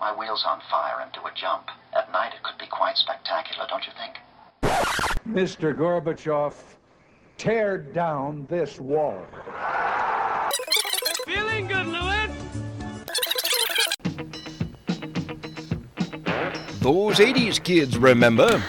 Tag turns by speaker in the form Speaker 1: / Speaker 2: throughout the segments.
Speaker 1: my wheels on fire and do a jump. At night, it could be quite spectacular, don't you think?
Speaker 2: Mr. Gorbachev, tear down this wall.
Speaker 3: Feeling good, Lewis?
Speaker 4: Those 80s kids remember.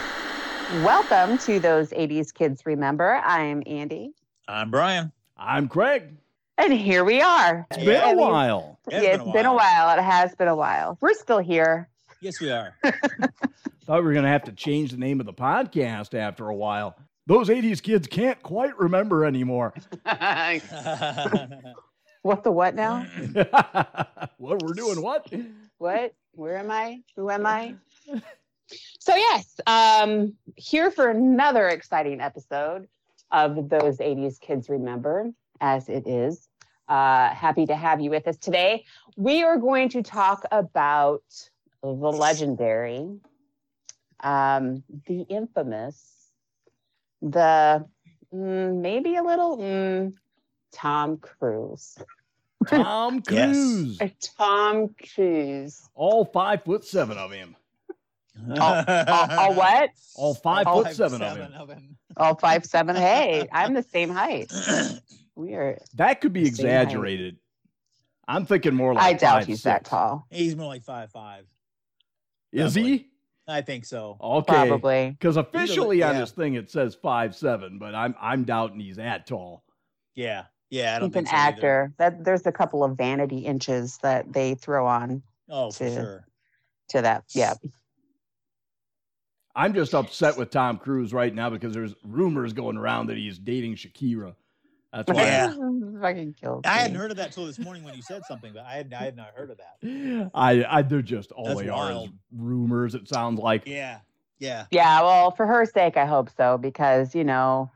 Speaker 5: Welcome to those 80s Kids Remember. I'm Andy.
Speaker 6: I'm Brian.
Speaker 7: I'm Craig.
Speaker 5: And here we are.
Speaker 7: It's been a
Speaker 5: And we-
Speaker 7: while.
Speaker 6: It has
Speaker 5: yeah,
Speaker 6: been
Speaker 5: it's
Speaker 6: a
Speaker 5: been, a while. It has been a while. We're still here.
Speaker 6: Yes, we are.
Speaker 7: Thought we were going to have to change the name of the podcast after a while. Those 80s kids can't quite remember anymore
Speaker 5: What the what now?
Speaker 7: what we're doing, what?
Speaker 5: What? Where am I? Who am I? So, yes, um, here for another exciting episode of Those 80s Kids Remember, as it is. Uh, happy to have you with us today. We are going to talk about the legendary, um, the infamous, the mm, maybe a little mm, Tom Cruise.
Speaker 7: Tom
Speaker 6: Yes.
Speaker 7: Cruise.
Speaker 5: Tom Cruise.
Speaker 7: All five foot seven of him.
Speaker 5: all, all what?
Speaker 7: All five
Speaker 5: All
Speaker 7: foot seven, of him.
Speaker 5: All five seven. Hey, I'm the same height. We are.
Speaker 7: That could be
Speaker 5: Same height.
Speaker 7: exaggerated. I'm thinking more like
Speaker 5: I doubt
Speaker 7: five,
Speaker 5: he's that
Speaker 7: six.
Speaker 5: tall.
Speaker 6: He's more like five five.
Speaker 7: Is he?
Speaker 6: Probably. I think so.
Speaker 7: Okay.
Speaker 5: Probably.
Speaker 7: Because officially on
Speaker 6: yeah.
Speaker 7: this thing it says five seven, but I'm I'm doubting he's that tall.
Speaker 6: Yeah. Yeah. I don't
Speaker 5: He's an
Speaker 6: think so either.
Speaker 5: actor. That there's a couple of vanity inches that they throw on
Speaker 6: Oh, for
Speaker 5: too.
Speaker 6: sure.
Speaker 5: to that. Yeah.
Speaker 7: I'm just upset with Tom Cruise right now because there's rumors going around that he's dating Shakira. That's why.
Speaker 6: Yeah.
Speaker 5: Fucking killed.
Speaker 6: I hadn't
Speaker 5: me.
Speaker 6: heard of that till this morning when you said something, but I had I had not heard of that.
Speaker 7: I, I they're just all
Speaker 6: That's
Speaker 7: they are is
Speaker 6: wild.
Speaker 7: rumors. It sounds like
Speaker 6: Yeah. Yeah.
Speaker 5: Yeah. Well, for her sake, I hope so because you know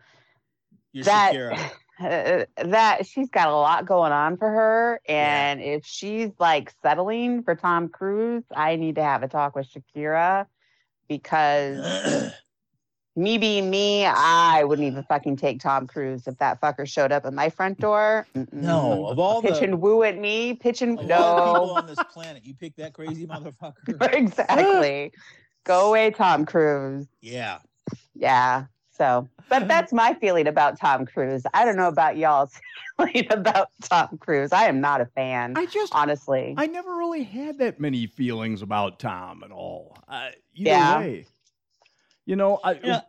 Speaker 6: You're
Speaker 5: that
Speaker 6: Shakira.
Speaker 5: uh, that she's got a lot going on for her, and if she's like settling for Tom Cruise, I need to have a talk with Shakira because Mm-hmm. me being me, I wouldn't even fucking take Tom Cruise if that fucker showed up at my front door. Mm-mm.
Speaker 6: no, of all the
Speaker 5: Pitch and woo at me, pitch and
Speaker 6: of all the people
Speaker 5: no.
Speaker 6: on this planet, you pick that crazy motherfucker.
Speaker 5: exactly. Go away, Tom Cruise.
Speaker 6: Yeah.
Speaker 5: Yeah. So, but that's my feeling about Tom Cruise. I don't know about y'all's feeling about Tom Cruise. I am not a fan,
Speaker 7: I just
Speaker 5: honestly.
Speaker 7: I never really had that many feelings about Tom at all. Uh, either
Speaker 5: Yeah.
Speaker 7: way, you know, I,
Speaker 6: Yeah,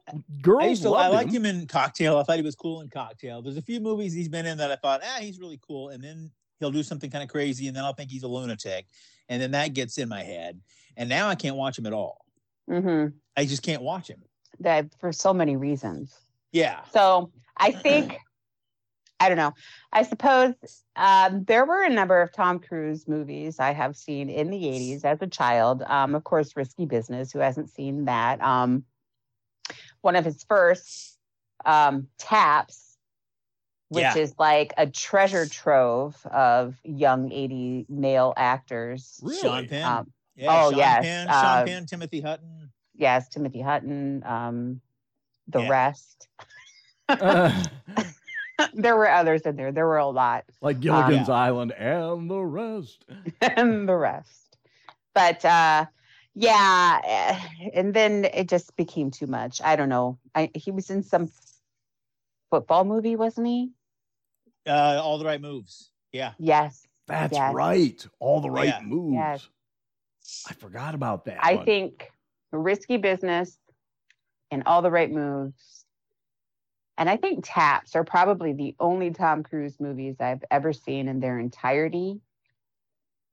Speaker 7: girls
Speaker 6: I used to I
Speaker 7: Oh, loved
Speaker 6: liked him in Cocktail. I thought he was cool in Cocktail. There's a few movies he's been in that I thought, ah, he's really cool, and then he'll do something kind of crazy, and then I'll think he's a lunatic, and then that gets in my head, and now I can't watch him at all.
Speaker 5: hmm
Speaker 6: I just can't watch him.
Speaker 5: That for so many reasons.
Speaker 6: Yeah,
Speaker 5: So I think, I don't know. I suppose um, there were a number of Tom Cruise movies I have seen in the 80s as a child. Um, of course, Risky Business, who hasn't seen that? Um, one of his first um, taps, which
Speaker 6: Yeah.
Speaker 5: is like a treasure trove of young 80 male actors.
Speaker 7: Really?
Speaker 6: Sean Penn.
Speaker 5: Um,
Speaker 6: yeah,
Speaker 5: oh,
Speaker 6: Sean
Speaker 5: yes,
Speaker 6: Penn,
Speaker 5: uh,
Speaker 6: Sean Penn, Timothy Hutton.
Speaker 5: yes, Timothy Hutton, um, the
Speaker 6: Yeah.
Speaker 5: rest.
Speaker 7: Uh,
Speaker 5: there were others in there. There were a lot.
Speaker 7: like Gilligan's Island and the rest.
Speaker 5: and the rest. But uh, yeah, eh, and then it just became too much. I don't know. I, he was in some football movie, wasn't he?
Speaker 6: Uh, all the right moves. Yeah,
Speaker 5: Yes.
Speaker 7: That's
Speaker 5: Yes.
Speaker 7: right. All the right
Speaker 6: Yeah.
Speaker 7: moves.
Speaker 5: Yes.
Speaker 7: I forgot about that.
Speaker 5: I
Speaker 7: one.
Speaker 5: think risky business and all the right moves. And I think Taps are probably the only Tom Cruise movies I've ever seen in their entirety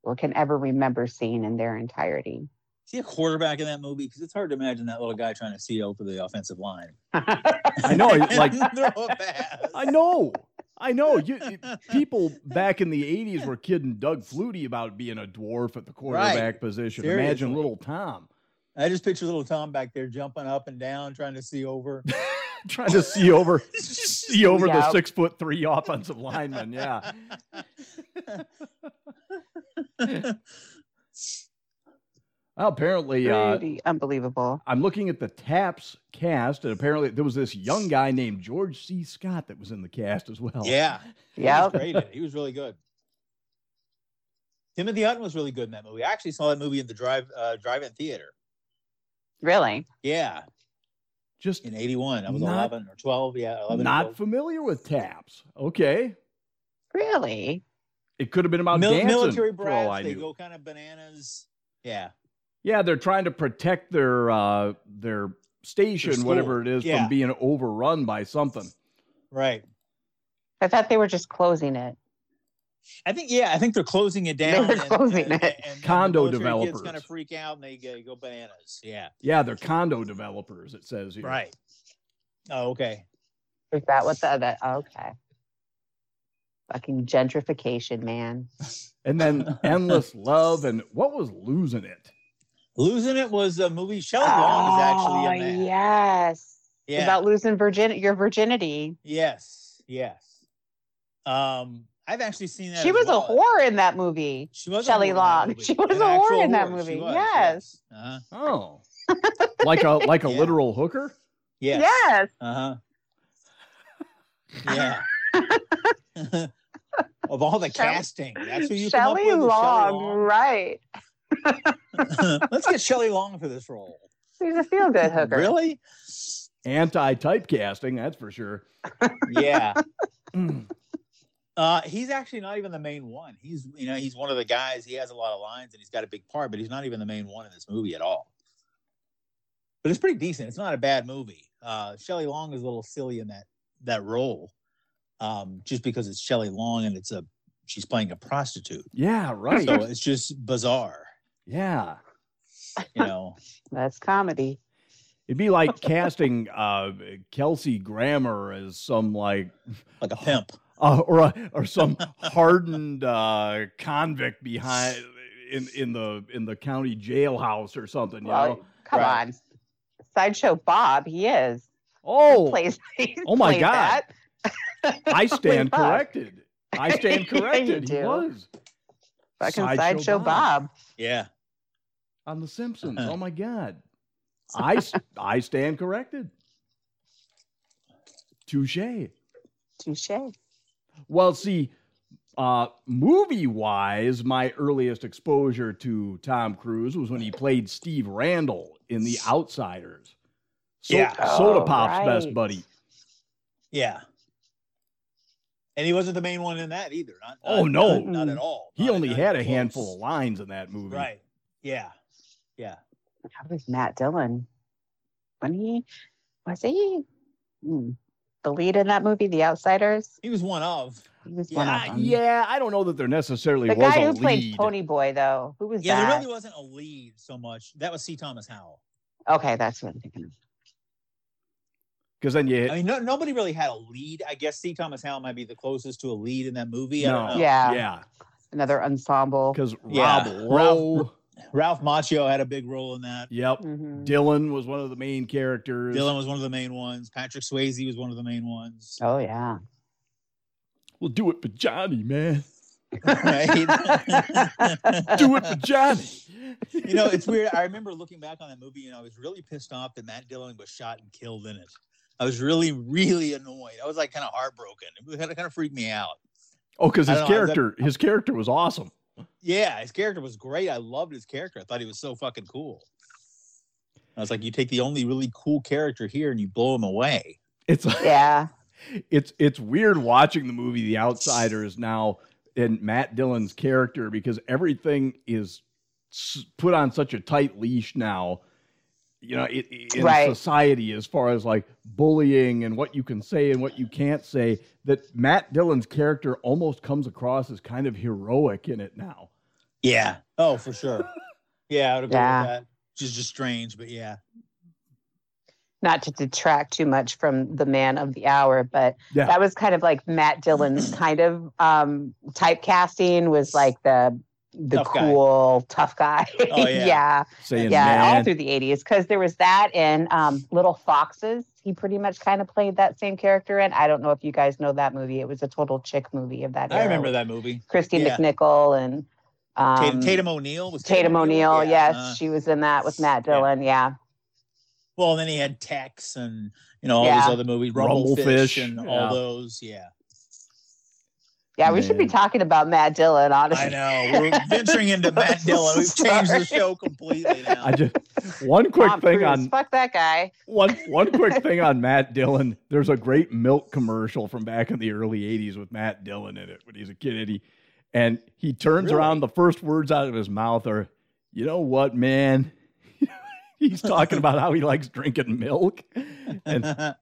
Speaker 5: or can ever remember seeing in their entirety.
Speaker 6: is he a quarterback in that movie? Because it's hard to imagine that little guy trying to seal for the offensive line.
Speaker 7: I know, like-
Speaker 6: throw a pass.
Speaker 7: I know. I know. You you- people back in the '80s were kidding Doug Flutie about being a dwarf at the quarterback position. Imagine
Speaker 6: Seriously.
Speaker 7: little Tom
Speaker 6: I just picture little Tom back there jumping up and down, trying to see over.
Speaker 7: trying to see over see over the
Speaker 5: Yeah.
Speaker 7: six foot three offensive lineman. Yeah. Well, apparently, uh,
Speaker 5: Pretty unbelievable.
Speaker 7: I'm looking at the Taps cast, and apparently there was this young guy named George C. Scott that was in the cast as well.
Speaker 6: yeah, he was
Speaker 5: Yep.
Speaker 6: great in it. He was really good. Timothy Hutton was really good in that movie. I actually saw that movie in the drive uh, drive-in theater.
Speaker 5: Really?
Speaker 6: Yeah,
Speaker 7: Just
Speaker 6: in '81, I was
Speaker 7: Not-
Speaker 6: 11 or 12. Yeah, 11. or
Speaker 7: not
Speaker 6: 12.
Speaker 7: familiar with taps. Okay.
Speaker 5: Really?
Speaker 7: It could have been about
Speaker 6: Mil-
Speaker 7: dancing.
Speaker 6: military
Speaker 7: for all I
Speaker 6: brats. They
Speaker 7: knew.
Speaker 6: go kind of bananas. Yeah,
Speaker 7: Yeah, they're trying to protect their uh their station,
Speaker 6: school.
Speaker 7: whatever it is,
Speaker 6: Yeah.
Speaker 7: from being overrun by something.
Speaker 6: right.
Speaker 5: I thought they were just closing it.
Speaker 6: I think yeah, I think they're closing it down.
Speaker 5: They're closing it.
Speaker 7: Condo
Speaker 6: Kids kind
Speaker 7: developers.
Speaker 6: of freak out and they go, go bananas. Yeah,
Speaker 7: Yeah, they're condo developers. It says here.
Speaker 6: right. Oh, okay.
Speaker 5: Is that what the that? Okay. Fucking gentrification, man.
Speaker 7: And then endless love and what was losing it?
Speaker 6: Losing it was a movie. Shelley Long is actually
Speaker 5: Oh,
Speaker 6: in that.
Speaker 5: yes.
Speaker 6: Yeah.
Speaker 5: Oh, About losing virgin your virginity.
Speaker 6: Yes. Yes. Um, I've actually seen that.
Speaker 5: She
Speaker 6: as
Speaker 5: was
Speaker 6: well.
Speaker 5: a whore in that movie.
Speaker 6: She was a
Speaker 5: Shelley
Speaker 6: whore in that
Speaker 5: Long.
Speaker 6: movie.
Speaker 5: She was
Speaker 6: An
Speaker 5: a whore
Speaker 6: actual
Speaker 5: in that
Speaker 6: whore. She
Speaker 5: movie.
Speaker 6: was,
Speaker 5: Yes.
Speaker 6: Uh-huh.
Speaker 7: Oh. like a like a
Speaker 6: Yeah.
Speaker 7: literal hooker?
Speaker 6: Yes.
Speaker 5: Yes.
Speaker 6: Uh huh. Yeah. of all the
Speaker 5: Shelley-
Speaker 6: casting, that's who you come up
Speaker 5: Shelley
Speaker 6: with, is
Speaker 5: Long,
Speaker 6: Shelley
Speaker 5: right.
Speaker 6: Long. Let's get Shelley Long for this role.
Speaker 5: She's a feel good hooker.
Speaker 6: Really?
Speaker 7: Anti typecasting, that's for sure.
Speaker 6: Yeah.
Speaker 7: Mm.
Speaker 6: Uh, he's actually not even the main one. He's you know he's one of the guys. He has a lot of lines and he's got a big part, but he's not even the main one in this movie at all. But it's pretty decent. It's not a bad movie. Uh, Shelley Long is a little silly in that that role, um, just because it's Shelley Long and it's a she's playing a prostitute,
Speaker 7: Yeah, right.
Speaker 6: so it's just bizarre.
Speaker 7: yeah.
Speaker 6: You know,
Speaker 5: That's comedy.
Speaker 7: It'd be like casting uh Kelsey Grammer as some like
Speaker 6: like a pimp.
Speaker 7: uh, or a, or some hardened uh, convict behind in in the in the county jailhouse or something. You
Speaker 5: Well,
Speaker 7: know?
Speaker 5: come
Speaker 6: Right.
Speaker 5: on. Sideshow Bob, he is. He
Speaker 7: Oh,
Speaker 5: plays- he
Speaker 7: Oh my
Speaker 5: played
Speaker 7: God.
Speaker 5: that.
Speaker 7: I stand
Speaker 5: Bob.
Speaker 7: corrected. I stand
Speaker 5: Yeah, you
Speaker 7: corrected. he
Speaker 5: do.
Speaker 7: was
Speaker 5: Fucking
Speaker 7: Sideshow
Speaker 5: Sideshow,
Speaker 7: Bob.
Speaker 5: Bob.
Speaker 6: Yeah,
Speaker 7: on The Simpsons.
Speaker 6: Uh-huh.
Speaker 7: Oh my God, I s- I stand corrected. Touche.
Speaker 5: Touche.
Speaker 7: Well, see, uh, movie wise, my earliest exposure to Tom Cruise was when he played Steve Randall in The Outsiders. So-
Speaker 6: Yeah.
Speaker 7: Soda
Speaker 5: Oh,
Speaker 7: Pop's best
Speaker 5: right.
Speaker 7: buddy.
Speaker 6: yeah. And he wasn't the main one in that either. Not,
Speaker 7: Oh,
Speaker 6: not-
Speaker 7: no.
Speaker 6: not, not at all.
Speaker 7: He
Speaker 6: Not-
Speaker 7: only
Speaker 6: not
Speaker 7: had a
Speaker 6: even
Speaker 7: handful of
Speaker 6: close.
Speaker 7: lines in that movie.
Speaker 6: Right. Yeah.
Speaker 5: That was Matt Dillon. When he was he hmm, the lead in that movie, The Outsiders?
Speaker 6: He was one of.
Speaker 5: He was one
Speaker 7: Yeah,
Speaker 5: of them.
Speaker 7: Uh, yeah, I don't know that there necessarily
Speaker 5: The
Speaker 7: was
Speaker 5: guy
Speaker 7: a
Speaker 5: who played
Speaker 7: lead.
Speaker 5: Pony Boy, though, who was
Speaker 6: Yeah, there
Speaker 5: that?
Speaker 6: really wasn't a lead so much. That was C. Thomas Howell.
Speaker 5: okay, that's what I'm thinking of.
Speaker 7: Because then you
Speaker 6: I mean, no, nobody really had a lead. I guess C. Thomas Howell might be the closest to a lead in that movie. I don't
Speaker 7: No.
Speaker 6: know.
Speaker 5: Yeah,
Speaker 7: yeah,
Speaker 5: another ensemble.
Speaker 7: because
Speaker 6: Yeah.
Speaker 7: Rob Lowe,
Speaker 6: Ralph Macchio had a big role in that.
Speaker 7: yep,
Speaker 5: Mhm.
Speaker 7: Dylan was one of the main characters.
Speaker 6: Dylan was one of the main ones. Patrick Swayze was one of the main ones.
Speaker 5: Oh yeah.
Speaker 7: we'll do it for Johnny, man.
Speaker 5: Oh.
Speaker 6: Right?
Speaker 7: Do it for Johnny.
Speaker 6: you know, it's weird. I remember looking back on that movie and I was really pissed off that Matt Dillon was shot and killed in it. I was really, really annoyed. I was like kind of heartbroken. It kind of, kind of freaked me out.
Speaker 7: Oh, because
Speaker 6: I
Speaker 7: his
Speaker 6: don't know, is that-
Speaker 7: character, his character was awesome.
Speaker 6: Yeah, his character was great. I loved his character. I thought he was so fucking cool. I was like, you take the only really cool character here and you blow him away.
Speaker 7: It's
Speaker 5: yeah.
Speaker 7: it's it's weird watching the movie The Outsiders now and Matt Dillon's character because everything is s- put on such a tight leash now. You know, it, it- in
Speaker 5: Right.
Speaker 7: society as far as like bullying and what you can say and what you can't say, that Matt Dillon's character almost comes across as kind of heroic in it now.
Speaker 6: Yeah. Oh, for sure. yeah, I would agree
Speaker 5: Yeah.
Speaker 6: with that. Just just strange, but yeah.
Speaker 5: Not to detract too much from the man of the hour, but
Speaker 7: Yeah.
Speaker 5: that was kind of like Matt Dillon's kind of um, typecasting was like the the
Speaker 6: Tough guy.
Speaker 5: cool tough guy.
Speaker 6: Oh, yeah.
Speaker 5: yeah.
Speaker 7: Saying,
Speaker 5: yeah, all
Speaker 7: man,
Speaker 5: through the 80s because there was that in um, Little Foxes. He pretty much kind of played that same character in. I don't know if you guys know that movie. It was a total chick movie of that.
Speaker 6: I remember that movie.
Speaker 5: Christy
Speaker 6: Yeah.
Speaker 5: McNichol and um,
Speaker 6: Tatum, Tatum O'Neill was
Speaker 5: Tatum O'Neill. yes,
Speaker 6: uh,
Speaker 5: she was in that with Matt
Speaker 6: yeah.
Speaker 5: Dillon. Yeah.
Speaker 6: well, and then he had Tex and you know all
Speaker 5: Yeah.
Speaker 6: those other movies, Rumblefish,
Speaker 7: Rumblefish,
Speaker 6: and
Speaker 7: yeah.
Speaker 6: all those. Yeah.
Speaker 5: Yeah, we should be
Speaker 7: Man.
Speaker 5: talking about Matt Dillon,
Speaker 6: I
Speaker 5: honestly.
Speaker 6: know. We're venturing into Matt Dillon. We've changed the show completely now.
Speaker 7: I just one quick
Speaker 5: Tom
Speaker 7: thing
Speaker 5: Cruise,
Speaker 7: on
Speaker 5: fuck that guy.
Speaker 7: one one quick thing on Matt Dillon. There's a great milk commercial from back in the early '80s with Matt Dillon in it when he's a kid, and he and he turns
Speaker 6: Really?
Speaker 7: around. The first words out of his mouth are, "You know what, man." He's talking about how he likes drinking milk, and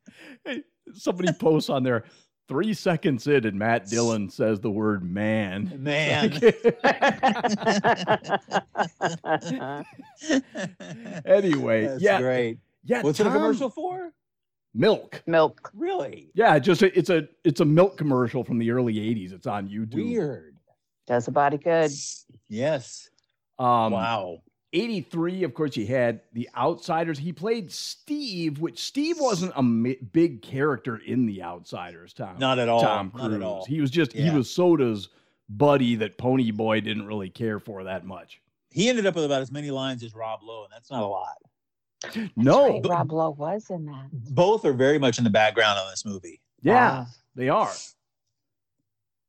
Speaker 7: somebody posts on there three seconds in, and Matt Dillon says the word "man."
Speaker 6: Man.
Speaker 7: Uh-huh. anyway,
Speaker 6: That's
Speaker 7: yeah,
Speaker 6: great.
Speaker 7: yeah.
Speaker 6: What's it a
Speaker 7: Tom-
Speaker 6: commercial for?
Speaker 7: Milk.
Speaker 5: Milk.
Speaker 6: Really?
Speaker 7: Yeah, just a, it's a it's a milk commercial from the early '80s. It's on YouTube.
Speaker 6: Weird.
Speaker 5: Does a body good.
Speaker 6: Yes.
Speaker 7: Um,
Speaker 6: wow.
Speaker 7: '83, of course, he had The Outsiders. He played Steve, which Steve wasn't a mi- big character in The Outsiders. Tom,
Speaker 6: Not at all.
Speaker 7: Tom Cruise.
Speaker 6: Not at all.
Speaker 7: He was just
Speaker 6: Yeah.
Speaker 7: he was Soda's buddy that Pony Boy didn't really care for that much.
Speaker 6: He ended up with about as many lines as Rob Lowe, and that's not a lot.
Speaker 7: No,
Speaker 5: Right, Rob Lowe was in that.
Speaker 6: Both are very much in the background on this movie,
Speaker 7: yeah,
Speaker 5: Wow.
Speaker 7: they are.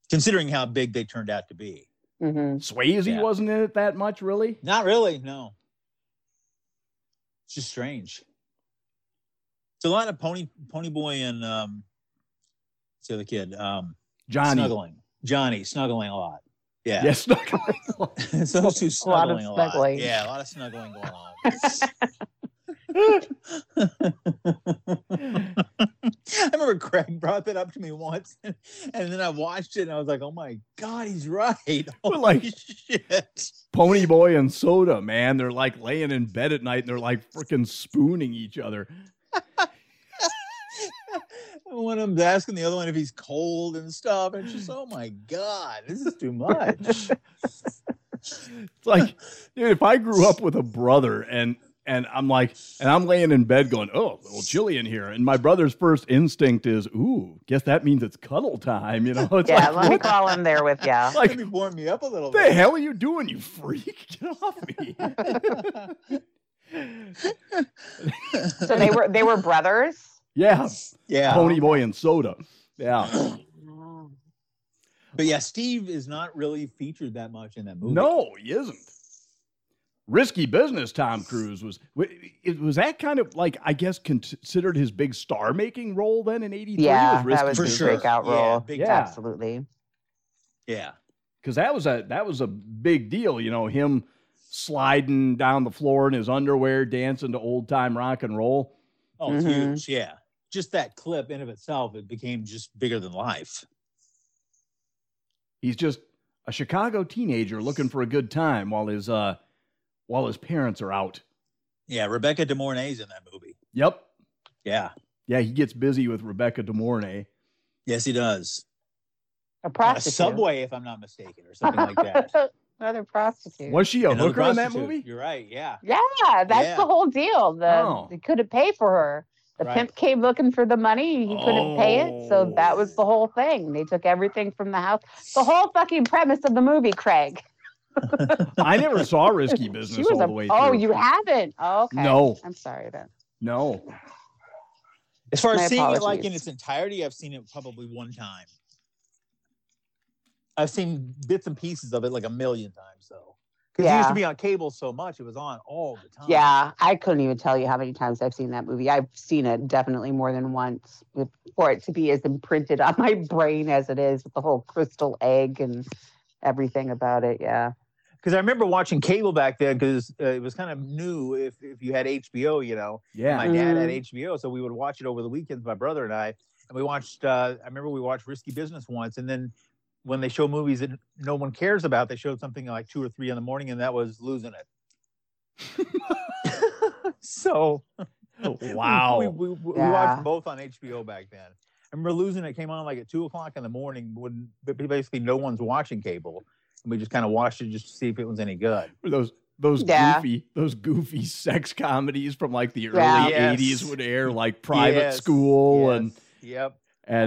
Speaker 6: considering how big they turned out to be.
Speaker 5: Mhm.
Speaker 7: Swayze
Speaker 6: Yeah.
Speaker 7: wasn't in it that much, really.
Speaker 6: Not really, no. It's just strange. It's a lot of Pony Pony Boy and um what's the other kid? Um
Speaker 7: Johnny,
Speaker 6: snuggling. Johnny snuggling a lot. Yeah.
Speaker 7: yes, snuggling.
Speaker 6: it's those two
Speaker 5: A lot
Speaker 6: snuggling
Speaker 5: of
Speaker 6: a lot.
Speaker 5: snuggling.
Speaker 6: Yeah, a lot of snuggling going on. I remember Craig brought that up to me once, and then I watched it and I was like, "Oh my god, he's right!" Holy
Speaker 7: like-
Speaker 6: shit.
Speaker 7: Pony Boy and Soda, man. They're like laying in bed at night and they're like freaking spooning each other.
Speaker 6: One of them's asking the other one if he's cold and stuff, and she's, "Oh my god, this is too much."
Speaker 7: It's like, dude, if I grew up with a brother and and I'm like, and I'm laying in bed going, oh, a little chilly in here. And my brother's first instinct is, ooh, guess that means it's cuddle time. You know, it's
Speaker 5: Yeah,
Speaker 7: like,
Speaker 5: let me
Speaker 7: what
Speaker 5: call him there with ya.
Speaker 7: Like-
Speaker 6: Let me warm you up a little
Speaker 7: the
Speaker 6: bit.
Speaker 7: hell are you doing, you freak? Get off me.
Speaker 5: So they were they were brothers.
Speaker 7: yeah,
Speaker 6: yeah,
Speaker 7: Pony Boy and Soda. Yeah.
Speaker 6: but yeah, Steve is not really featured that much in that movie.
Speaker 7: No, he isn't. Risky business. Tom Cruise was. w- It was that kind of like I guess considered his big star-making role then in '83.
Speaker 5: Yeah,
Speaker 7: was
Speaker 5: that was
Speaker 6: for
Speaker 5: his
Speaker 6: sure.
Speaker 5: breakout
Speaker 6: Yeah,
Speaker 5: role.
Speaker 6: big
Speaker 7: time.
Speaker 5: Absolutely.
Speaker 6: yeah,
Speaker 7: because that was a that was a big deal. You know him sliding down the floor in his underwear, dancing to old time rock and roll.
Speaker 6: oh, it's
Speaker 5: Mhm.
Speaker 6: huge. Yeah, just that clip in of itself, it became just bigger than life.
Speaker 7: He's just a Chicago teenager looking for a good time while his uh while his parents are out.
Speaker 6: Yeah, Rebecca De Mornay's in that movie.
Speaker 7: Yep.
Speaker 6: Yeah,
Speaker 7: Yeah, he gets busy with Rebecca De Mornay.
Speaker 6: yes, he does.
Speaker 5: A
Speaker 6: On a
Speaker 5: prostitute.
Speaker 6: subway, if I'm not mistaken, or something like that.
Speaker 5: Another prostitute.
Speaker 7: Was she a
Speaker 6: Another
Speaker 7: hooker in that
Speaker 6: prostitute.
Speaker 7: movie?
Speaker 6: You're right. Yeah.
Speaker 5: Yeah, that's
Speaker 6: Yeah.
Speaker 5: the whole deal. The
Speaker 7: Oh.
Speaker 5: they couldn't pay for her. The
Speaker 6: Right.
Speaker 5: pimp came looking for the money. He couldn't pay it,
Speaker 7: Oh.
Speaker 5: so that was the whole thing. They took everything from the house. The whole fucking premise of the movie, Craig.
Speaker 7: I never saw Risky Business
Speaker 5: She was
Speaker 7: all
Speaker 5: a,
Speaker 7: the way through.
Speaker 5: oh, you haven't? Oh, okay.
Speaker 7: No.
Speaker 5: I'm sorry then.
Speaker 7: No.
Speaker 6: As far as
Speaker 5: My
Speaker 6: seeing it like in
Speaker 5: apologies.
Speaker 6: its entirety, I've seen it probably one time. I've seen bits and pieces of it like a million times though. Because it used
Speaker 5: Yeah.
Speaker 6: to be on cable so much, it was on all the time.
Speaker 5: Yeah, I couldn't even tell you how many times I've seen that movie. I've seen it definitely more than once with, for it to be as imprinted on my brain as it is with the whole crystal egg and everything about it. Yeah.
Speaker 6: Because I remember watching cable back then because uh, it was kind of new if, if you had HBO, you know.
Speaker 7: Yeah. Mm-hmm.
Speaker 6: My dad had
Speaker 5: Mhm.
Speaker 6: HBO, so we would watch it over the weekends, my brother and I. And we watched, uh, I remember we watched Risky Business once. And then when they show movies that no one cares about, they showed something like two or three in the morning, and that was losing it. so we-
Speaker 7: wow.
Speaker 6: We, we, we
Speaker 5: Yeah.
Speaker 6: watched both on HBO back then. I remember losing it came on like at two o'clock in the morning when but basically no one's watching cable. And we just kind of watched it just to see if it was any good.
Speaker 7: Were those those
Speaker 5: Yeah.
Speaker 7: goofy those goofy sex comedies from like the early
Speaker 5: Yeah.
Speaker 6: Yes.
Speaker 7: 80s would air like Private
Speaker 6: Yes,
Speaker 7: School
Speaker 6: yes,
Speaker 7: and
Speaker 6: yep.
Speaker 7: and uh,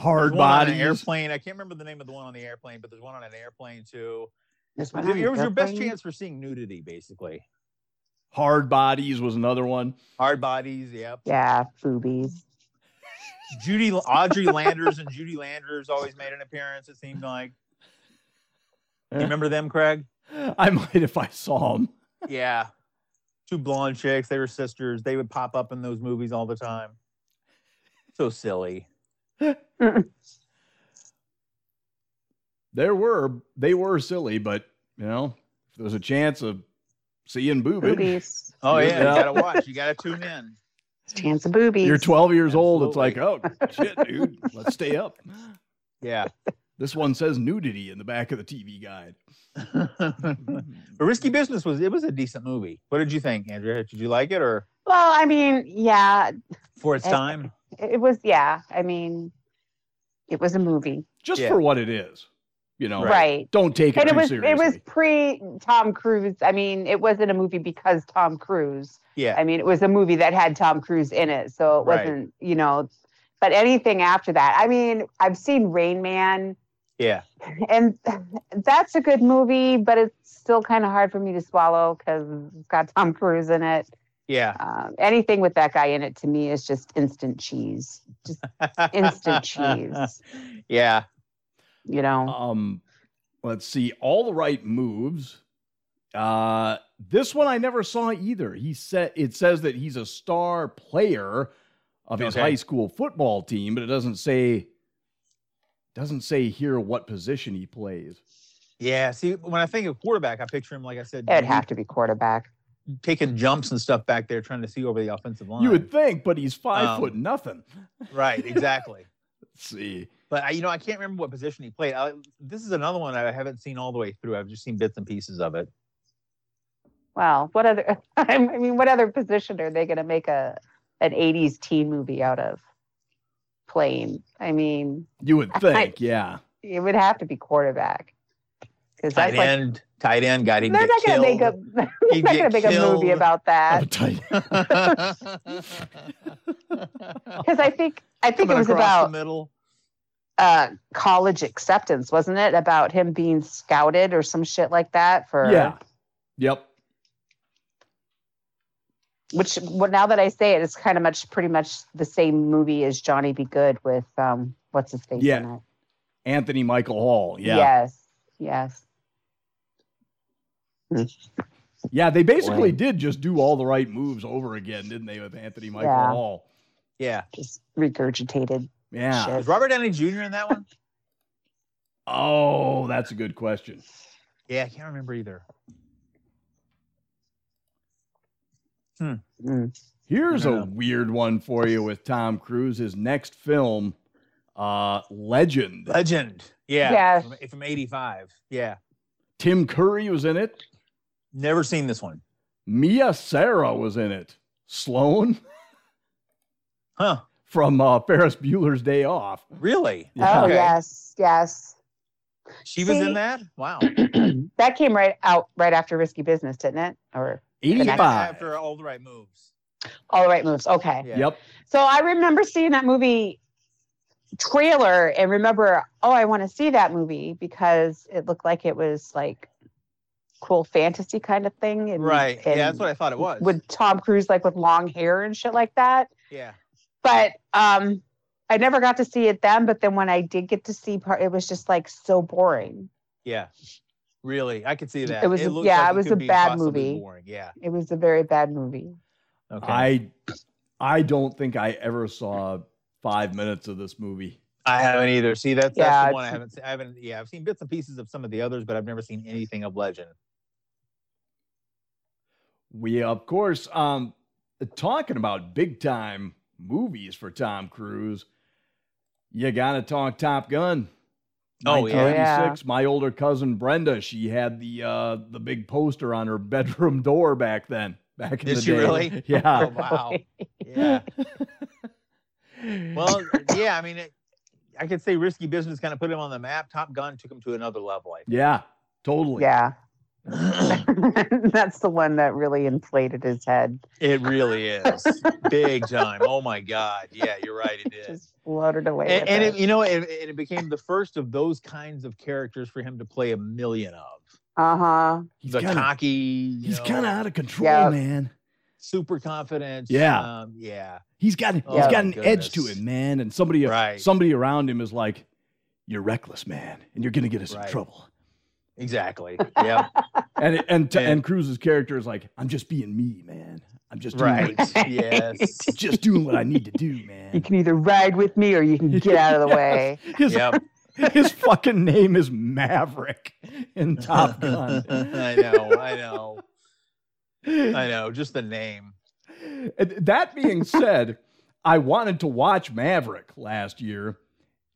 Speaker 7: Hard
Speaker 6: There's one on an
Speaker 7: Bodies.
Speaker 6: airplane. I can't remember the name of the one on the airplane, but there's one on an airplane too.
Speaker 5: This
Speaker 6: It
Speaker 5: one
Speaker 6: was
Speaker 5: on the
Speaker 6: your best
Speaker 5: airplane.
Speaker 6: chance for seeing nudity, basically.
Speaker 7: Hard Bodies was another one.
Speaker 6: Hard bodies, yep.
Speaker 5: Yeah, boobies.
Speaker 6: Judy Audrey Landers and Judy Landers always made an appearance. It seemed like. You remember them, Craig?
Speaker 7: I might if I saw him.
Speaker 6: Yeah. Two blonde chicks. They were sisters. They would pop up in those movies all the time. So silly.
Speaker 7: There were they were silly, but you know, if there's a chance of seeing boobage,
Speaker 5: Boobies.
Speaker 6: Oh yeah,
Speaker 7: Yeah.
Speaker 6: you gotta watch. You gotta tune in.
Speaker 5: Chance of boobies.
Speaker 7: you're 12 years old. It's like, oh shit, dude, let's stay up.
Speaker 6: Yeah.
Speaker 7: This one says nudity in the back of the TV guide.
Speaker 6: but Risky Business was it was a decent movie. What did you think, Andrea? Did you like it or
Speaker 5: Well, I mean, yeah,
Speaker 6: for its
Speaker 5: Eh.
Speaker 6: time?
Speaker 5: it was. Yeah, I mean, it was a movie,
Speaker 7: Just
Speaker 6: Yeah.
Speaker 7: for what it is, you know.
Speaker 5: right?
Speaker 7: Don't take it
Speaker 5: And
Speaker 7: too
Speaker 5: it was
Speaker 7: seriously.
Speaker 5: it was pre Tom Cruise. I mean, it wasn't a movie because Tom Cruise.
Speaker 6: Yeah.
Speaker 5: I mean, it was a movie that had Tom Cruise in it, so it
Speaker 6: Right.
Speaker 5: wasn't you know. But anything after that, I mean, I've seen Rain Man,
Speaker 6: Yeah.
Speaker 5: and that's a good movie, but it's still kind of hard for me to swallow because it's got Tom Cruise in it.
Speaker 6: Yeah.
Speaker 5: Um, anything with that guy in it to me is just instant cheese. Just instant cheese.
Speaker 6: Yeah.
Speaker 5: You know.
Speaker 7: Um, let's see. All the right moves. Uh, this one I never saw either. He said it says that he's a star player of his
Speaker 6: Okay.
Speaker 7: high school football team, but it doesn't say doesn't say here what position he plays.
Speaker 6: Yeah. See, when I think of quarterback, I picture him like I said,
Speaker 5: It'd have to be quarterback.
Speaker 6: taking jumps and stuff back there, trying to see over the offensive line.
Speaker 7: You would think, but he's five
Speaker 6: Um,
Speaker 7: foot nothing.
Speaker 6: right, exactly.
Speaker 7: Let's see.
Speaker 6: But I, you know, I can't remember what position he played. I, this is another one I haven't seen all the way through. I've just seen bits and pieces of it.
Speaker 5: Well, what other? I mean, what other position are they going to make a an '80s teen movie out of? Playing. I mean,
Speaker 7: You would
Speaker 5: I-
Speaker 7: think, yeah.
Speaker 5: it would have to be quarterback because
Speaker 6: Tight
Speaker 5: that's like
Speaker 6: end, tight end guy
Speaker 5: they're
Speaker 6: didn't
Speaker 5: not
Speaker 6: get
Speaker 5: going to make a
Speaker 6: killed.
Speaker 5: they're
Speaker 6: He'd
Speaker 5: not going
Speaker 6: get
Speaker 5: to make a movie
Speaker 6: killed.
Speaker 5: about
Speaker 7: Oh,
Speaker 5: that
Speaker 7: tight.
Speaker 5: because I think I think it
Speaker 6: Coming across
Speaker 5: was about
Speaker 6: the middle.
Speaker 5: uh, college acceptance, wasn't it? About him being scouted or some shit like that for
Speaker 7: Yeah. Yep.
Speaker 5: which well, now that I say it, it's kind of much pretty much the same movie as Johnny Be Good with um what's his face in
Speaker 7: Yeah.
Speaker 5: it.
Speaker 7: Anthony Michael Hall. Yeah.
Speaker 5: Yes. Yes.
Speaker 7: Yeah, they basically
Speaker 5: Boy.
Speaker 7: did just do all the right moves over again, didn't they, with Anthony Michael
Speaker 5: Yeah.
Speaker 7: Hall?
Speaker 6: Yeah.
Speaker 5: Just regurgitated.
Speaker 7: Yeah.
Speaker 5: Shit.
Speaker 6: Was Robert Downey Jr. in that one?
Speaker 7: Oh, that's a good question.
Speaker 6: yeah, I can't remember either.
Speaker 5: Mm.
Speaker 7: Here's
Speaker 6: Yeah.
Speaker 7: a weird one for you with Tom Cruise. His next film, uh, Legend.
Speaker 6: Legend. Yeah.
Speaker 5: Yeah.
Speaker 6: From, from 85. Yeah.
Speaker 7: Tim Curry was in it.
Speaker 6: Never seen this one.
Speaker 7: Mia Sarah was in it. Sloan
Speaker 6: Huh.
Speaker 7: from uh, Ferris Bueller's Day Off.
Speaker 6: Really?
Speaker 5: Oh
Speaker 6: Okay.
Speaker 5: yes, yes.
Speaker 6: She was
Speaker 5: See?
Speaker 6: in that? Wow.
Speaker 5: that came right out right after Risky Business, didn't it? Or
Speaker 6: Yeah,
Speaker 7: 85.
Speaker 6: After all the right moves.
Speaker 5: All the Right Moves. Okay.
Speaker 6: Yeah.
Speaker 7: Yep.
Speaker 5: So I remember seeing that movie trailer and remember, oh, I want to see that movie because it looked like it was like cool fantasy kind of thing. And,
Speaker 6: Right. Yeah,
Speaker 5: and
Speaker 6: that's what I thought it was.
Speaker 5: With Tom Cruise, like with long hair and shit like that.
Speaker 6: yeah.
Speaker 5: But um, I never got to see it then. But then when I did get to see part, it was just like so boring.
Speaker 6: Yeah. Really? I could see that.
Speaker 5: was a-
Speaker 6: looks
Speaker 5: yeah, it
Speaker 6: it
Speaker 5: was
Speaker 6: could
Speaker 5: a
Speaker 6: be
Speaker 5: bad
Speaker 6: possibly
Speaker 5: movie.
Speaker 6: Boring. Yeah.
Speaker 5: It was a very bad movie.
Speaker 6: Okay. I,
Speaker 7: I I don't think I ever saw five minutes of this movie.
Speaker 6: haven't either. See, that's,
Speaker 5: Yeah,
Speaker 6: that's the one I
Speaker 5: it's-
Speaker 6: haven't seen. I haven't, yeah, I've seen bits and pieces of some of the others, but I've never seen anything of Legend.
Speaker 7: We of course um talking about big time movies for Tom Cruise. You gotta talk Top Gun.
Speaker 6: Oh, yeah.
Speaker 7: 1986. My older cousin Brenda, she had the uh the big poster on her bedroom door back then. Back in
Speaker 6: Did
Speaker 7: the
Speaker 6: she
Speaker 7: day.
Speaker 6: really?
Speaker 7: Yeah.
Speaker 6: Oh, wow. Yeah. Oh. Well, yeah, I mean, it, I could say risky business kind of put him on the map. Top Gun took him to another level. I
Speaker 7: yeah, totally.
Speaker 5: yeah.
Speaker 6: think.
Speaker 5: That's the one that really inflated his head.
Speaker 6: it really is big time. Oh my God. Yeah, you're right. It is.
Speaker 5: Just floated away.
Speaker 6: And,
Speaker 5: with
Speaker 6: and
Speaker 5: it.
Speaker 6: it, you know, it, it became the first of those kinds of characters for him to play a million of.
Speaker 5: Uh huh.
Speaker 7: He's
Speaker 6: the
Speaker 7: kinda,
Speaker 6: cocky. you
Speaker 7: he's
Speaker 6: know,
Speaker 7: kinda out of control,
Speaker 5: Yeah.
Speaker 7: man.
Speaker 6: super confidence.
Speaker 7: Yeah.
Speaker 6: um, yeah.
Speaker 7: He's got
Speaker 6: Oh,
Speaker 7: he's
Speaker 5: my
Speaker 7: got an edge to
Speaker 6: goodness.
Speaker 7: him, man. And somebody uh,
Speaker 6: Right.
Speaker 7: somebody around him is like, "You're reckless, man, and you're gonna get us
Speaker 6: Right.
Speaker 7: in trouble."
Speaker 6: Exactly. Yeah.
Speaker 7: And and
Speaker 6: Yeah.
Speaker 7: and Cruz's character is like, "I'm just being me, man. I'm just doing
Speaker 6: right.
Speaker 7: what,
Speaker 6: Yes.
Speaker 7: just doing what I need to do, man."
Speaker 5: You can either ride with me or you can get out of the
Speaker 7: Yes.
Speaker 5: way.
Speaker 7: His
Speaker 6: Yep.
Speaker 7: his fucking name is Maverick in Top Gun.
Speaker 6: I know. I know. I know. Just the name.
Speaker 7: And that being said, I wanted to watch Maverick last year.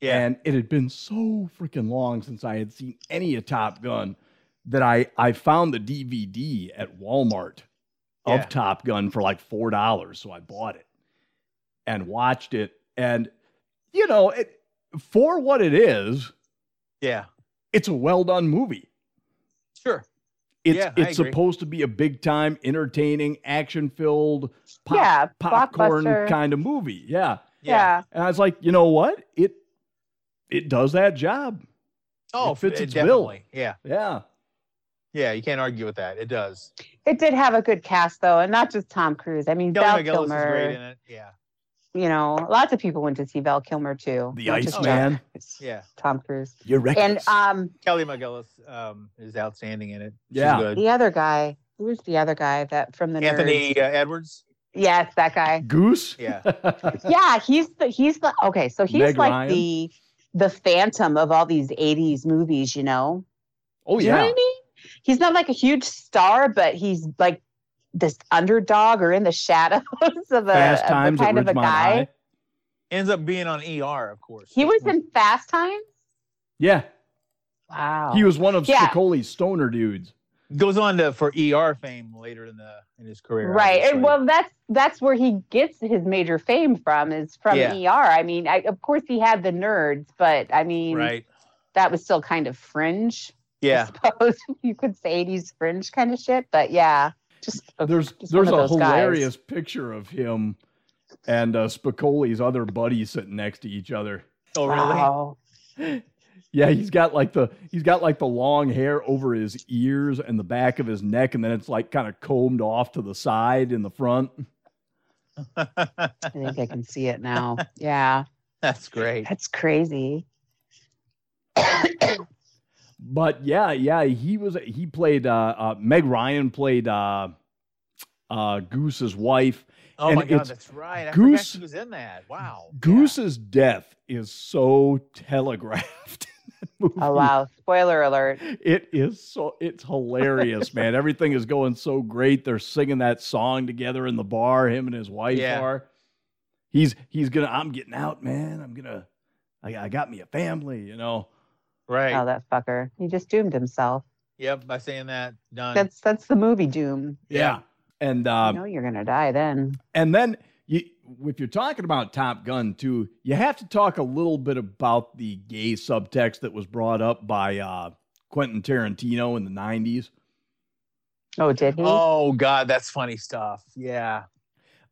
Speaker 6: Yeah.
Speaker 7: And it had been so freaking long since I had seen any of Top Gun that I I found the DVD at Walmart
Speaker 6: Yeah.
Speaker 7: of Top Gun for like four dollars. So I bought it and watched it. And you know, it for what it is,
Speaker 6: yeah.
Speaker 7: it's a well done movie.
Speaker 6: Sure.
Speaker 7: It's
Speaker 6: Yeah, I
Speaker 7: it's
Speaker 6: agree.
Speaker 7: supposed to be a big time, entertaining, action filled, pop,
Speaker 5: yeah,
Speaker 7: popcorn
Speaker 5: blockbuster.
Speaker 7: kind of movie. Yeah.
Speaker 5: yeah.
Speaker 7: And I was like, you know what? It it does that job.
Speaker 6: Oh,
Speaker 7: It fits
Speaker 6: it
Speaker 7: its bill.
Speaker 6: definitely. Yeah.
Speaker 7: Yeah.
Speaker 6: Yeah. You can't argue with that. It does.
Speaker 5: It did have a good cast though, and not just Tom Cruise. I mean, Val
Speaker 6: Kelly McGillis is great in
Speaker 5: Kilmer.
Speaker 6: it. Yeah.
Speaker 5: You know, lots of people went to see Val Kilmer too.
Speaker 7: The
Speaker 5: not just Tom
Speaker 7: Iceman.
Speaker 5: Cruise.
Speaker 6: Yeah.
Speaker 5: Tom Cruise.
Speaker 7: You're reckless.
Speaker 5: And um,
Speaker 6: Kelly McGillis um, is outstanding in it. She's
Speaker 7: Yeah.
Speaker 6: good.
Speaker 5: the other guy, who was the other guy that from the
Speaker 6: Anthony
Speaker 5: Nerds?
Speaker 6: uh, Edwards.
Speaker 5: Yes, that guy.
Speaker 7: Goose.
Speaker 6: Yeah.
Speaker 5: Yeah, he's the he's the okay. So he's
Speaker 7: Meg
Speaker 5: like
Speaker 7: Ryan.
Speaker 5: the the phantom of all these '80s movies. You know,
Speaker 7: oh
Speaker 5: Do you know
Speaker 7: yeah.
Speaker 5: what I mean? He's not like a huge star, but he's like this underdog or in the shadows of a,
Speaker 7: Fast
Speaker 5: of a
Speaker 7: Times at
Speaker 5: kind of a
Speaker 7: Ridgemont
Speaker 5: guy.
Speaker 7: High.
Speaker 6: Ends up being on ER, of course.
Speaker 5: He was in Fast Times.
Speaker 7: Yeah.
Speaker 5: Wow.
Speaker 7: He was one of
Speaker 5: Oh. Yeah.
Speaker 7: Spicoli's stoner dudes.
Speaker 6: goes on to for ER fame later in the in his career.
Speaker 5: right.
Speaker 6: obviously.
Speaker 5: And well, that's that's where he gets his major fame from is from
Speaker 6: Yeah.
Speaker 5: ER. I mean, I, of course he had the nerds, but I mean
Speaker 6: right.
Speaker 5: that was still kind of fringe.
Speaker 6: Yeah.
Speaker 5: I suppose you could say 80s fringe kind of shit, but yeah, just a
Speaker 7: There's
Speaker 5: He's one
Speaker 7: there's
Speaker 5: of
Speaker 7: a
Speaker 5: those guys.
Speaker 7: hilarious picture of him and uh, Spicoli's other buddy sitting next to each other.
Speaker 6: Oh, really?
Speaker 5: wow.
Speaker 7: Yeah, he's got like the he's got like the long hair over his ears and the back of his neck, and then it's like kind of combed off to the side in the front.
Speaker 5: I think I can see it now. Yeah,
Speaker 6: That's great.
Speaker 5: that's crazy.
Speaker 7: But yeah, yeah, he was he played uh, uh Meg Ryan played uh uh Goose's wife.
Speaker 6: Oh
Speaker 7: And
Speaker 6: my god,
Speaker 7: it's
Speaker 6: that's right. I forgot
Speaker 7: Goose-
Speaker 6: she was in that. Wow.
Speaker 7: Goose's death is so telegraphed. in that movie.
Speaker 5: Oh wow! Spoiler alert.
Speaker 7: It is so it's hilarious, man. Everything is going so great. They're singing that song together in the bar, him and his wife
Speaker 6: Yeah.
Speaker 7: are. He's he's gonna I'm getting out, man. I'm gonna I, I got me a family, you know.
Speaker 6: Yeah. Right.
Speaker 5: Oh, that fucker. He just doomed himself.
Speaker 6: Yep. By saying that, done.
Speaker 5: That's that's the movie Doom.
Speaker 6: Yeah.
Speaker 7: And
Speaker 5: You
Speaker 7: um
Speaker 5: know you're gonna die then.
Speaker 7: And then you, if you're talking about Top Gun too, you have to talk a little bit about the gay subtext that was brought up by uh, Quentin Tarantino in the '90s
Speaker 5: Oh, did he?
Speaker 6: oh god, that's funny stuff. Yeah.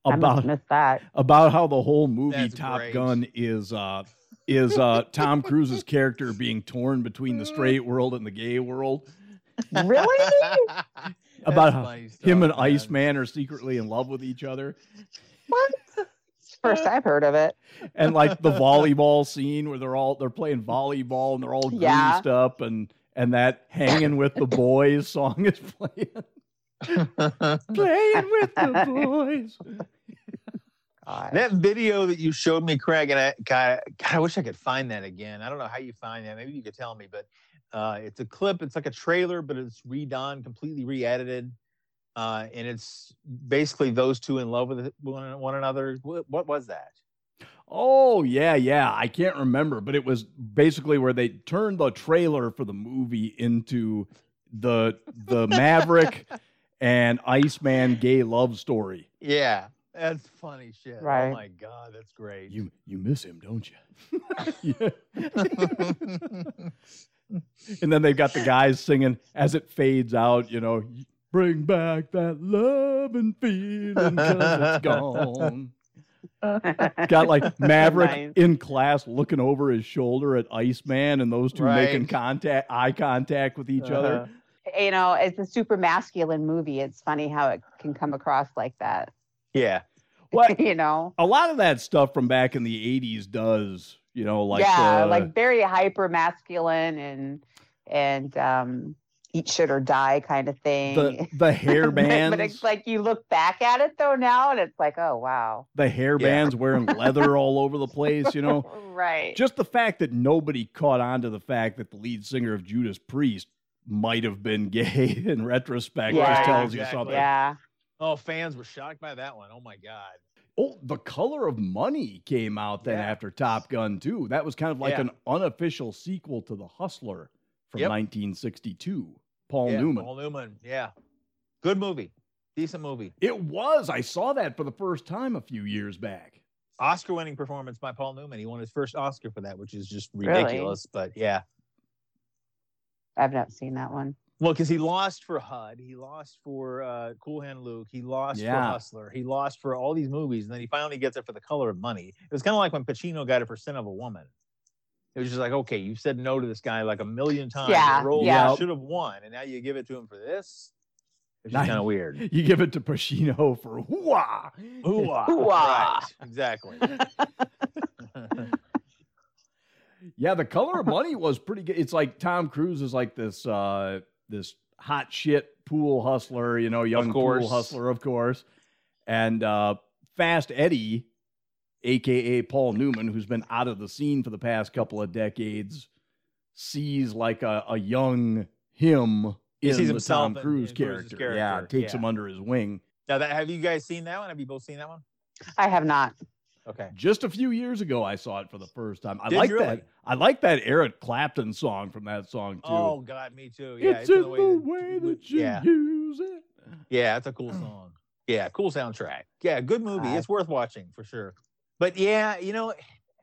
Speaker 5: I must
Speaker 7: about
Speaker 5: miss that.
Speaker 7: about how the whole movie
Speaker 6: That's
Speaker 7: Top
Speaker 6: great.
Speaker 7: Gun is uh, is uh, Tom Cruise's character being torn between the straight world and the gay world.
Speaker 5: Really?
Speaker 6: That's
Speaker 7: About how
Speaker 6: funny stuff,
Speaker 7: Him and
Speaker 6: man.
Speaker 7: Iceman are secretly in love with each other,
Speaker 5: What? It's the First I've heard of it.
Speaker 7: and like the volleyball scene where they're all they're playing volleyball and they're all greased
Speaker 5: Yeah.
Speaker 7: up and and that hanging with the boys song is playing playing with the boys
Speaker 5: God.
Speaker 6: That video that you showed me, Craig, and I, God, God, I wish I could find that again. I don't know how you find that. Maybe you could tell me, but uh, it's a clip. It's like a trailer, but it's redone, completely re-edited, uh, and it's basically those two in love with one, one another. What, what was that?
Speaker 7: oh yeah yeah i can't remember but it was basically where they turned the trailer for the movie into the the maverick and iceman gay love story
Speaker 6: Yeah, that's funny shit.
Speaker 5: Right.
Speaker 6: Oh my God, that's great.
Speaker 7: you you miss him don't you yeah. And then they've got the guys singing as it fades out, you know, bring back that love and feeling because it's gone. Got like Maverick
Speaker 5: Nice.
Speaker 7: in class looking over his shoulder at Iceman and those two making
Speaker 6: Right. Uh-huh.
Speaker 7: contact, eye contact with each other.
Speaker 5: you know, it's a super masculine movie. It's funny how it can come across like that.
Speaker 6: Yeah.
Speaker 7: What
Speaker 5: you know?
Speaker 7: a lot of that stuff from back in the '80s does, you know, like uh,
Speaker 5: yeah,
Speaker 7: the-
Speaker 5: like very hyper masculine and and um eat shit or die kind of thing.
Speaker 7: the the hair
Speaker 5: But-
Speaker 7: bands,
Speaker 5: but it's like you look back at it though now and it's like, oh wow.
Speaker 7: the hair
Speaker 6: Yeah.
Speaker 7: bands wearing leather all over the place, you know.
Speaker 5: right.
Speaker 7: Just the fact that nobody caught on to the fact that the lead singer of Judas Priest might have been gay in retrospect
Speaker 5: Yeah.
Speaker 7: just tells
Speaker 6: Exactly.
Speaker 7: you something.
Speaker 5: yeah.
Speaker 6: Oh, fans were shocked by that one. Oh my god.
Speaker 7: Oh, The Color of Money came out then
Speaker 6: Yeah.
Speaker 7: after Top Gun too. That was kind of like
Speaker 6: Yeah.
Speaker 7: an unofficial sequel to The Hustler from
Speaker 6: Yep.
Speaker 7: 1962. Paul
Speaker 6: Yeah,
Speaker 7: Newman.
Speaker 6: Paul Newman. Yeah. Good movie. Decent movie.
Speaker 7: It was. I saw that for the first time a few years back.
Speaker 6: Oscar winning performance by Paul Newman. He won his first Oscar for that, which is just
Speaker 5: Really?
Speaker 6: ridiculous. But yeah.
Speaker 5: I've not seen that one.
Speaker 6: Well, because he lost for HUD, he lost for uh, Cool Hand Luke, he lost for
Speaker 7: Yeah.
Speaker 6: Hustler, he lost for all these movies, and then he finally gets it for The Color of Money. It was kind of like when Pacino got it for Sin of a Woman. It was just like, okay, you said no to this guy like a million times.
Speaker 5: Yeah,
Speaker 6: The role
Speaker 5: yeah.
Speaker 6: you should have won, and now you give it to him for this. It's just
Speaker 7: Nice.
Speaker 6: kind of weird.
Speaker 7: You give it to Pacino for whoa.
Speaker 6: Ooh-ah.
Speaker 5: Ooh-ah.
Speaker 6: Right, exactly.
Speaker 7: Yeah, the color of money was pretty good. It's like Tom Cruise is like this uh this hot shit pool hustler, you know, young pool
Speaker 6: course.
Speaker 7: hustler, of course. And uh Fast Eddie, aka Paul Newman, who's been out of the scene for the past couple of decades, sees like a, a young him
Speaker 6: He
Speaker 7: in
Speaker 6: sees
Speaker 7: the
Speaker 6: himself
Speaker 7: Tom
Speaker 6: in-
Speaker 7: Cruise
Speaker 6: in Cruise's
Speaker 7: character. Yeah,
Speaker 6: character,
Speaker 7: takes
Speaker 6: yeah.
Speaker 7: him under his wing.
Speaker 6: now, that have you guys seen that one? Have you both seen that one?
Speaker 5: I have not.
Speaker 6: Okay.
Speaker 7: Just a few years ago, I saw it for the first time. I
Speaker 6: Did you
Speaker 7: like
Speaker 6: really?
Speaker 7: that. I like that Eric Clapton song from that song too.
Speaker 6: Oh God, me too. Yeah,
Speaker 7: it's in the
Speaker 6: that-
Speaker 7: way that you
Speaker 6: yeah,
Speaker 7: use it.
Speaker 6: yeah, it's a cool song. Yeah, cool soundtrack. Yeah, good movie.
Speaker 5: Uh,
Speaker 6: It's worth watching for sure. But yeah, you know,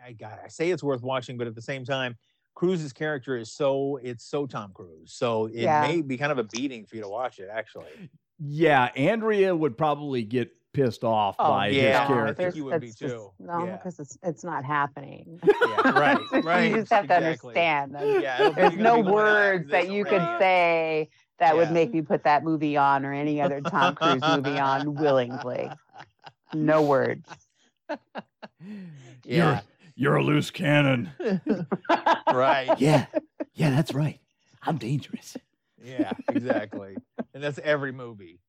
Speaker 6: I God, I say it's worth watching, but at the same time, Cruise's character is so it's so Tom Cruise, so it
Speaker 5: Yeah.
Speaker 6: may be kind of a beating for you to watch it. Actually,
Speaker 7: Yeah, Andrea would probably get pissed off
Speaker 5: Oh,
Speaker 7: by
Speaker 6: yeah, I
Speaker 7: his character.
Speaker 6: think you would be
Speaker 5: that's just-
Speaker 6: too.
Speaker 5: No,
Speaker 6: Yeah.
Speaker 5: because it's it's not happening.
Speaker 6: yeah, right, right.
Speaker 5: you just have to
Speaker 6: exactly.
Speaker 5: understand. that
Speaker 6: Yeah, it'll be-
Speaker 5: There's
Speaker 6: you're gonna
Speaker 5: no
Speaker 6: be looking at
Speaker 5: words that
Speaker 6: this
Speaker 5: you could
Speaker 6: already.
Speaker 5: say that would
Speaker 6: Yeah.
Speaker 5: make me put that movie on or any other Tom Cruise movie on willingly. No words.
Speaker 6: Yeah,
Speaker 7: You're you're a loose cannon.
Speaker 6: right.
Speaker 7: yeah, yeah, that's right. I'm dangerous.
Speaker 6: Yeah, exactly. and that's every movie.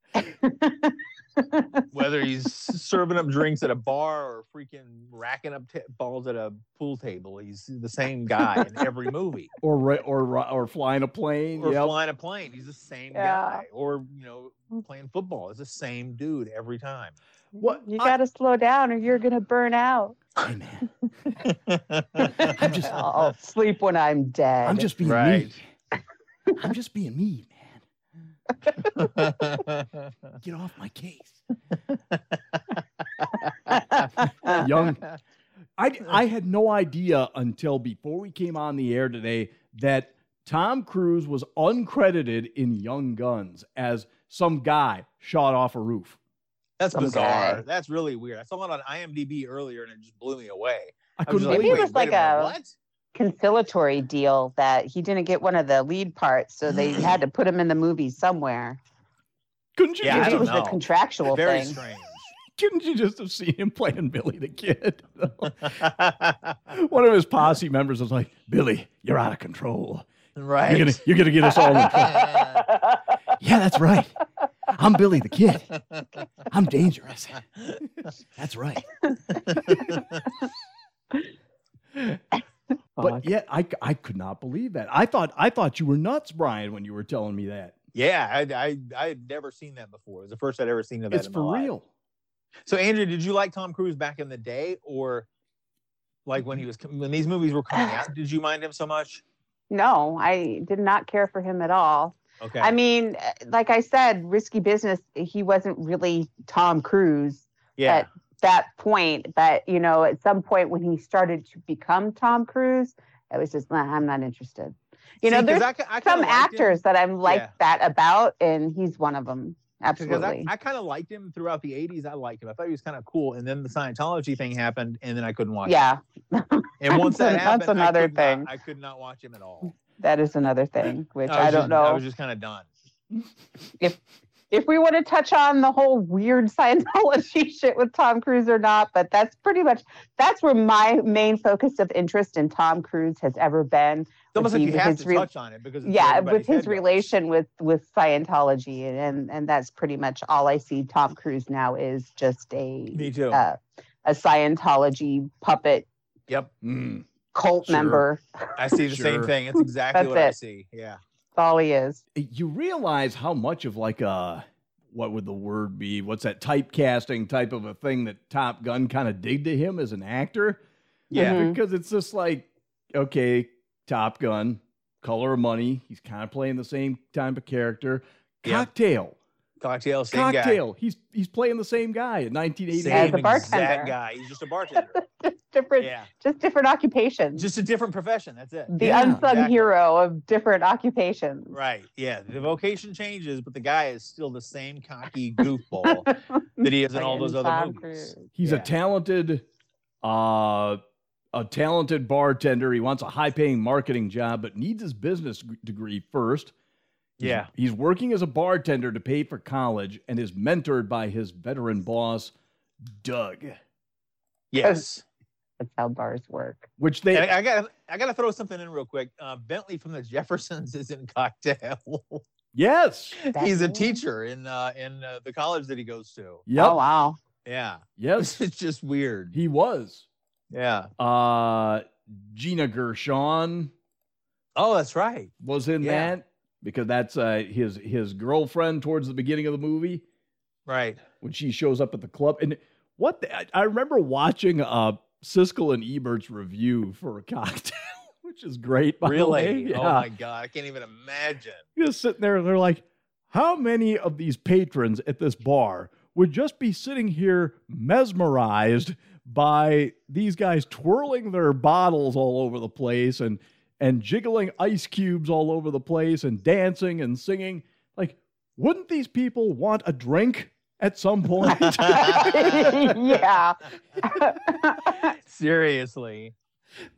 Speaker 6: Whether he's serving up drinks at a bar or freaking racking up t- balls at a pool table, he's the same guy in every movie.
Speaker 7: Or ri- or ri- or flying a plane.
Speaker 6: Or
Speaker 7: yep.
Speaker 6: flying a plane, he's the same
Speaker 5: Yeah.
Speaker 6: guy. Or you know, playing football, it's the same dude every time.
Speaker 7: What?
Speaker 5: You
Speaker 7: I-
Speaker 5: got to slow down or you're going to burn out.
Speaker 7: Hey, man,
Speaker 6: I'm
Speaker 7: just-
Speaker 5: I'll sleep when I'm dead.
Speaker 7: I'm just being
Speaker 6: Right.
Speaker 7: me. I'm just being me, man. Get off my case.
Speaker 5: Uh,
Speaker 7: Young. I, I had no idea until before we came on the air today that Tom Cruise was uncredited in Young Guns as some guy shot off a roof.
Speaker 6: That's
Speaker 5: Some
Speaker 6: bizarre.
Speaker 5: guy.
Speaker 6: That's really weird. I saw it on IMDb earlier, and it just blew me away.
Speaker 7: I
Speaker 6: I was
Speaker 7: couldn't
Speaker 6: like,
Speaker 5: Maybe
Speaker 7: believe
Speaker 6: wait,
Speaker 5: it was
Speaker 7: it.
Speaker 6: wait a
Speaker 5: like
Speaker 6: minute,
Speaker 5: a-
Speaker 6: what?
Speaker 5: conciliatory deal that he didn't get one of the lead parts, so they had to put him in the movie somewhere.
Speaker 7: Couldn't you,
Speaker 6: Yeah, I
Speaker 5: Maybe
Speaker 7: just
Speaker 5: it
Speaker 6: don't
Speaker 5: was
Speaker 7: have,
Speaker 5: a
Speaker 6: know.
Speaker 5: contractual
Speaker 6: Very
Speaker 5: thing.
Speaker 7: couldn't you just have seen him playing Billy the Kid?
Speaker 6: strange.
Speaker 7: One of his posse members was like, Billy, you're out of control. You're
Speaker 6: Right.
Speaker 7: going you're gonna get us all in trouble. yeah, that's right. I'm Billy the Kid. I'm dangerous. That's right.
Speaker 5: Fuck.
Speaker 7: But yet, Oh, I, c- I could not believe that. I thought I thought you were nuts, Brian, when you were telling me that.
Speaker 6: yeah, I, I I had never seen that before. It was the first I'd ever seen of that.
Speaker 7: it's
Speaker 6: in my
Speaker 7: for
Speaker 6: life.
Speaker 7: real.
Speaker 6: So, Andrew, did you like Tom Cruise back in the day, or like when he was com- when these movies were coming out? Did you mind him so much?
Speaker 5: no, I did not care for him at all.
Speaker 6: Okay.
Speaker 5: I mean, uh, like I said, risky business, he wasn't really Tom Cruise
Speaker 6: yeah.
Speaker 5: at that point, but you know, at some point when he started to become Tom Cruise, I was just, "Nah, I'm not interested. You know,
Speaker 6: See, 'cause
Speaker 5: there's
Speaker 6: I ki- I kinda
Speaker 5: some
Speaker 6: liked him.
Speaker 5: actors that I'm like
Speaker 6: Yeah.
Speaker 5: that about, and he's one of them.
Speaker 6: because I,
Speaker 5: Absolutely.
Speaker 6: I kind of liked him throughout the 80s. I liked him. I thought he was kind of cool. And then the Scientology thing happened, and then I couldn't watch
Speaker 5: yeah,
Speaker 6: him. And once that
Speaker 5: That's
Speaker 6: happened, I
Speaker 5: another
Speaker 6: could not-
Speaker 5: thing.
Speaker 6: I could not watch him at all.
Speaker 5: that is another thing, which I,
Speaker 6: was
Speaker 5: don't
Speaker 6: just- I
Speaker 5: know.
Speaker 6: was just kind of done.
Speaker 5: if if we want to touch on the whole weird Scientology shit with Tom Cruise or not, but that's pretty much that's where my main focus of interest in Tom Cruise has ever been.
Speaker 6: It's almost like
Speaker 5: be
Speaker 6: you have
Speaker 5: his
Speaker 6: to
Speaker 5: re-
Speaker 6: touch on it because it's where
Speaker 5: yeah,
Speaker 6: everybody's
Speaker 5: with his
Speaker 6: head goes.
Speaker 5: relation with with Scientology, and, and and that's pretty much all I see. Tom Cruise now is just a
Speaker 6: Me too.
Speaker 5: uh, a Scientology puppet
Speaker 6: yep,
Speaker 7: Mm.
Speaker 5: cult
Speaker 7: Sure.
Speaker 5: member.
Speaker 6: I see the same
Speaker 7: Sure.
Speaker 6: thing. It's exactly
Speaker 5: That's
Speaker 6: what I
Speaker 5: it.
Speaker 6: see. Yeah,
Speaker 5: That's all he is.
Speaker 7: You realize how much of like a what would the word be? What's that typecasting type of a thing that Top Gun kind of did to him as an actor?
Speaker 6: yeah.
Speaker 5: Mhm.
Speaker 7: Because it's just like, okay, Top Gun, Color of Money. He's kind of playing the same type of character.
Speaker 6: Yeah.
Speaker 7: Cocktail,
Speaker 6: Cocktail, same guy.
Speaker 7: cocktail. He's he's playing the same guy in
Speaker 6: Same
Speaker 7: 1988.
Speaker 5: As a
Speaker 6: exact
Speaker 5: bartender.
Speaker 6: guy. He's just a bartender.
Speaker 5: Just different,
Speaker 6: yeah,
Speaker 5: just different occupations.
Speaker 6: just a different profession. That's it.
Speaker 5: the
Speaker 7: Yeah,
Speaker 5: unsung
Speaker 6: exactly.
Speaker 5: hero of different occupations.
Speaker 6: Right. Yeah. The vocation changes, but the guy is still the same cocky goofball that he is in all those
Speaker 5: Fucking
Speaker 6: other
Speaker 5: Tom
Speaker 6: movies.
Speaker 5: Cruise.
Speaker 7: He's
Speaker 6: Yeah.
Speaker 7: a talented, uh, a talented bartender. He wants a high-paying marketing job, but needs his business g- degree first. He's-
Speaker 6: Yeah.
Speaker 7: He's working as a bartender to pay for college and is mentored by his veteran boss, Doug,
Speaker 6: Yes.
Speaker 5: That's how bars work.
Speaker 7: which they
Speaker 6: And I, I got. I got to throw something in real quick. Uh, Bentley from the Jeffersons is in Cocktail.
Speaker 7: yes.
Speaker 6: He's a
Speaker 5: Definitely.
Speaker 6: teacher in uh, in uh, the college that he goes to.
Speaker 7: Yep.
Speaker 5: Oh wow.
Speaker 6: Yeah.
Speaker 7: Yes.
Speaker 6: It's just weird.
Speaker 7: He was.
Speaker 6: Yeah.
Speaker 7: Uh Gina Gershon
Speaker 6: Oh, that's right.
Speaker 7: was in
Speaker 6: Yeah.
Speaker 7: that because that's uh his his girlfriend towards the beginning of the movie.
Speaker 6: Right.
Speaker 7: when she shows up at the club. And what the, I- I remember watching uh, Siskel and Ebert's review for a cocktail, which is great. By the way.
Speaker 6: Really?
Speaker 7: yeah.
Speaker 6: Oh my God! I can't even imagine.
Speaker 7: Just sitting there, they're like, "How many of these patrons at this bar would just be sitting here mesmerized by these guys twirling their bottles all over the place and and jiggling ice cubes all over the place and dancing and singing? Like, wouldn't these people want a drink at some point?"
Speaker 5: yeah.
Speaker 6: Seriously,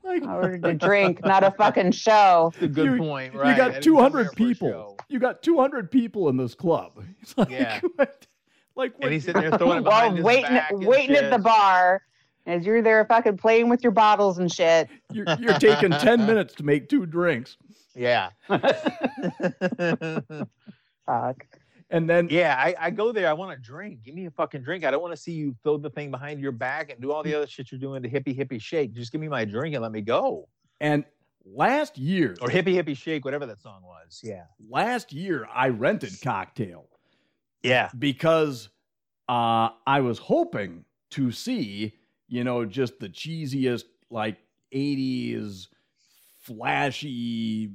Speaker 7: like,
Speaker 5: I ordered a drink, not a fucking show.
Speaker 6: it's a good
Speaker 7: You-
Speaker 6: point.
Speaker 7: you
Speaker 6: Right? I
Speaker 7: got
Speaker 6: didn't come here
Speaker 7: 200
Speaker 6: for a
Speaker 7: people.
Speaker 6: show.
Speaker 7: You got 200 people in this club. It's like,
Speaker 6: Yeah.
Speaker 7: what- Like, what-
Speaker 6: And he's sitting there throwing it
Speaker 5: Well,
Speaker 6: behind his
Speaker 5: waiting,
Speaker 6: back and
Speaker 5: waiting at the
Speaker 6: shit.
Speaker 5: bar as you're there fucking playing with your bottles and shit.
Speaker 7: you're, you're taking 10 minutes to make two drinks.
Speaker 6: Yeah.
Speaker 5: Fuck.
Speaker 7: And then,
Speaker 6: yeah, I, I go there. I want a drink. Give me a fucking drink. I don't want to see you throw the thing behind your back and do all the other shit you're doing to hippie hippie shake. Just give me my drink and let me go.
Speaker 7: and last year,
Speaker 6: Or hippie hippie shake, whatever that song was. Yeah.
Speaker 7: last year, I rented Cocktail
Speaker 6: Yeah.
Speaker 7: because uh, I was hoping to see, you know, just the cheesiest, like 80s, flashy,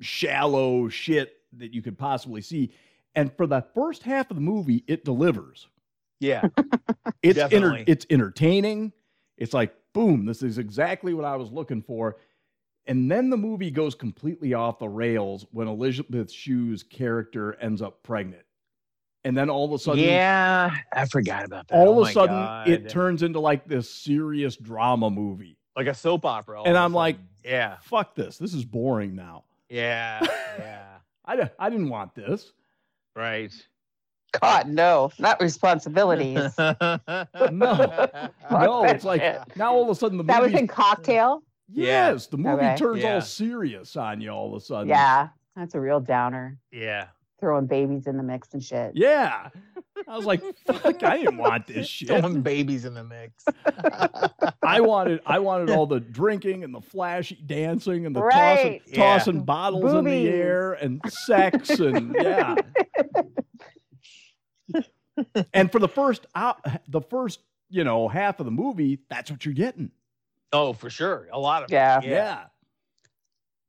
Speaker 7: shallow shit that you could possibly see. And for the first half of the movie, it delivers.
Speaker 6: Yeah.
Speaker 7: It's enter-
Speaker 6: Definitely.
Speaker 7: it's entertaining. It's like boom, this is exactly what I was looking for. And then the movie goes completely off the rails when Elizabeth Shue's character ends up pregnant. And then all of a sudden,
Speaker 6: yeah. I forgot about that.
Speaker 7: all
Speaker 6: Oh
Speaker 7: of
Speaker 6: my
Speaker 7: a sudden, it
Speaker 6: God.
Speaker 7: turns into like this serious drama movie.
Speaker 6: like a soap opera. all
Speaker 7: And
Speaker 6: of a
Speaker 7: I'm like-
Speaker 6: sudden. yeah.
Speaker 7: Fuck this. This is boring now.
Speaker 6: Yeah. Yeah.
Speaker 7: I, di- I didn't want this.
Speaker 6: Right.
Speaker 5: God, no, not responsibilities. Fuck
Speaker 7: no,
Speaker 5: that
Speaker 7: it's like
Speaker 5: shit.
Speaker 7: now all of a sudden the
Speaker 5: that was
Speaker 7: movie.
Speaker 5: in cocktail.
Speaker 6: Yeah.
Speaker 7: Yes, the movie
Speaker 5: Okay.
Speaker 7: turns
Speaker 6: Yeah.
Speaker 7: all serious on you all of a sudden.
Speaker 5: Yeah, that's a real downer.
Speaker 6: yeah.
Speaker 5: Throwing babies in the mix and shit.
Speaker 7: Yeah. I was like, fuck, I didn't want this shit.
Speaker 6: Throwing babies in the mix.
Speaker 7: I wanted I wanted all the drinking and the flashy dancing and the
Speaker 5: Right.
Speaker 7: tossing,
Speaker 6: Yeah.
Speaker 7: tossing bottles in the
Speaker 5: Boobies.
Speaker 7: air and sex and yeah. and for the first out the first, you know, half of the movie, that's what you're getting.
Speaker 6: oh, for sure. A lot of it.
Speaker 5: Yeah.
Speaker 7: Yeah.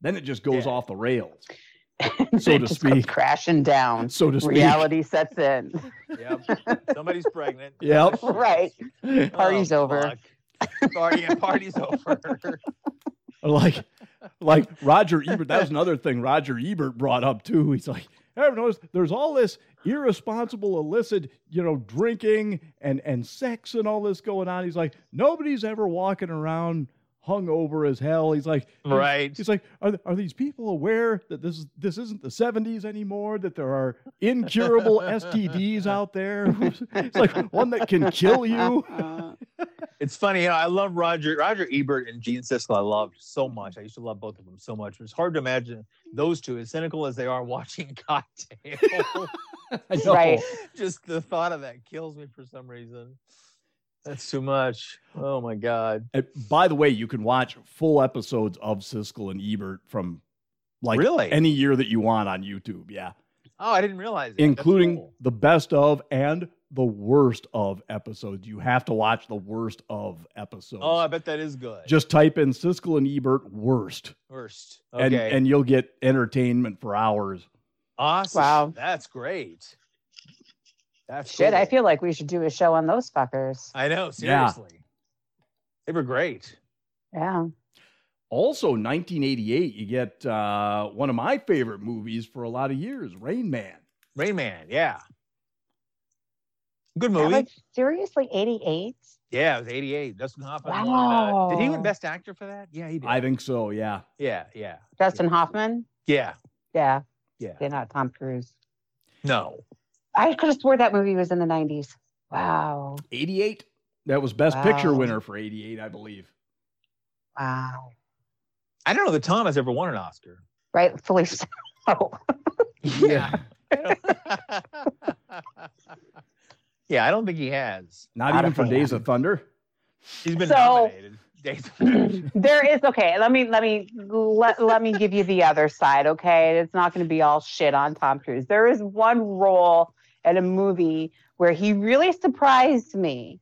Speaker 7: Then it just goes
Speaker 6: Yeah.
Speaker 7: off the rails, so
Speaker 5: It
Speaker 7: to
Speaker 5: just goes
Speaker 7: speak.
Speaker 5: crashing down.
Speaker 7: So to speak.
Speaker 5: Reality sets in.
Speaker 6: Yep. Somebody's pregnant. Oh,
Speaker 7: Yep.
Speaker 5: right. Party's over.
Speaker 6: fuck. Party yeah, party's over.
Speaker 7: like like Roger Ebert. That was another thing Roger Ebert brought up too. He's like, I've noticed there's all this irresponsible, illicit, you know, drinking and and sex and all this going on. He's like, nobody's ever walking around hungover as hell. He's like,
Speaker 6: Right.
Speaker 7: He's like, are, th- are these people aware that this is this isn't the '70s anymore? That there are incurable STDs out there? it's like one that can kill you.
Speaker 5: Uh-huh.
Speaker 6: It's funny how I love Roger Roger Ebert and Gene Siskel. I loved so much. I used to love both of them so much. It's hard to imagine those two, as cynical as they are, watching Cocktail.
Speaker 7: I know.
Speaker 5: Right.
Speaker 6: Just the thought of that kills me for some reason. That's too much. Oh my god!
Speaker 7: And by the way, you can watch full episodes of Siskel and Ebert from like
Speaker 6: Really?
Speaker 7: any year that you want on YouTube. Yeah.
Speaker 6: Oh, I didn't realize that. That's
Speaker 7: including
Speaker 6: cool.
Speaker 7: the best of and the worst of episodes. You have to watch the worst of episodes.
Speaker 6: Oh, I bet that is good.
Speaker 7: Just type in Siskel and Ebert worst,
Speaker 6: worst. Okay.
Speaker 7: and and you'll get entertainment for hours.
Speaker 6: awesome.
Speaker 5: Wow.
Speaker 6: That's great. That's
Speaker 5: Shit, I
Speaker 6: cool.
Speaker 5: feel like we should do a show on those fuckers.
Speaker 6: I know.
Speaker 7: Yeah.
Speaker 6: Seriously, they were great.
Speaker 5: Yeah.
Speaker 7: Also, 1988, you get uh, one of my favorite movies for a lot of years, Rain Man.
Speaker 6: Rain Man. Yeah. Good
Speaker 5: Yeah,
Speaker 6: movie.
Speaker 5: like, seriously, 88?
Speaker 6: Yeah, it was 88. Dustin Hoffman. won, uh, did he win
Speaker 5: Wow.
Speaker 6: Best Actor for that? Yeah, he did.
Speaker 7: I think so. Yeah,
Speaker 6: yeah, yeah,
Speaker 5: Dustin Hoffman?
Speaker 6: yeah,
Speaker 5: Yeah.
Speaker 6: yeah.
Speaker 5: Yeah, not Tom Cruise.
Speaker 6: No.
Speaker 5: I could have swore that movie was in the 90s. Wow.
Speaker 7: 88. That was Best Picture
Speaker 5: Wow.
Speaker 7: winner for 88, I believe.
Speaker 5: Wow.
Speaker 6: I don't know that Tom has ever won an Oscar.
Speaker 5: Rightfully so.
Speaker 6: Yeah. yeah, I don't think he has.
Speaker 7: Not
Speaker 5: Out
Speaker 7: even
Speaker 5: of
Speaker 7: for
Speaker 5: hand.
Speaker 7: Days of Thunder.
Speaker 6: He's been
Speaker 5: So-
Speaker 6: nominated.
Speaker 5: there is okay. Let me let me let, let me give you the other side. Okay, it's not going to be all shit on Tom Cruise. There is one role in a movie where he really surprised me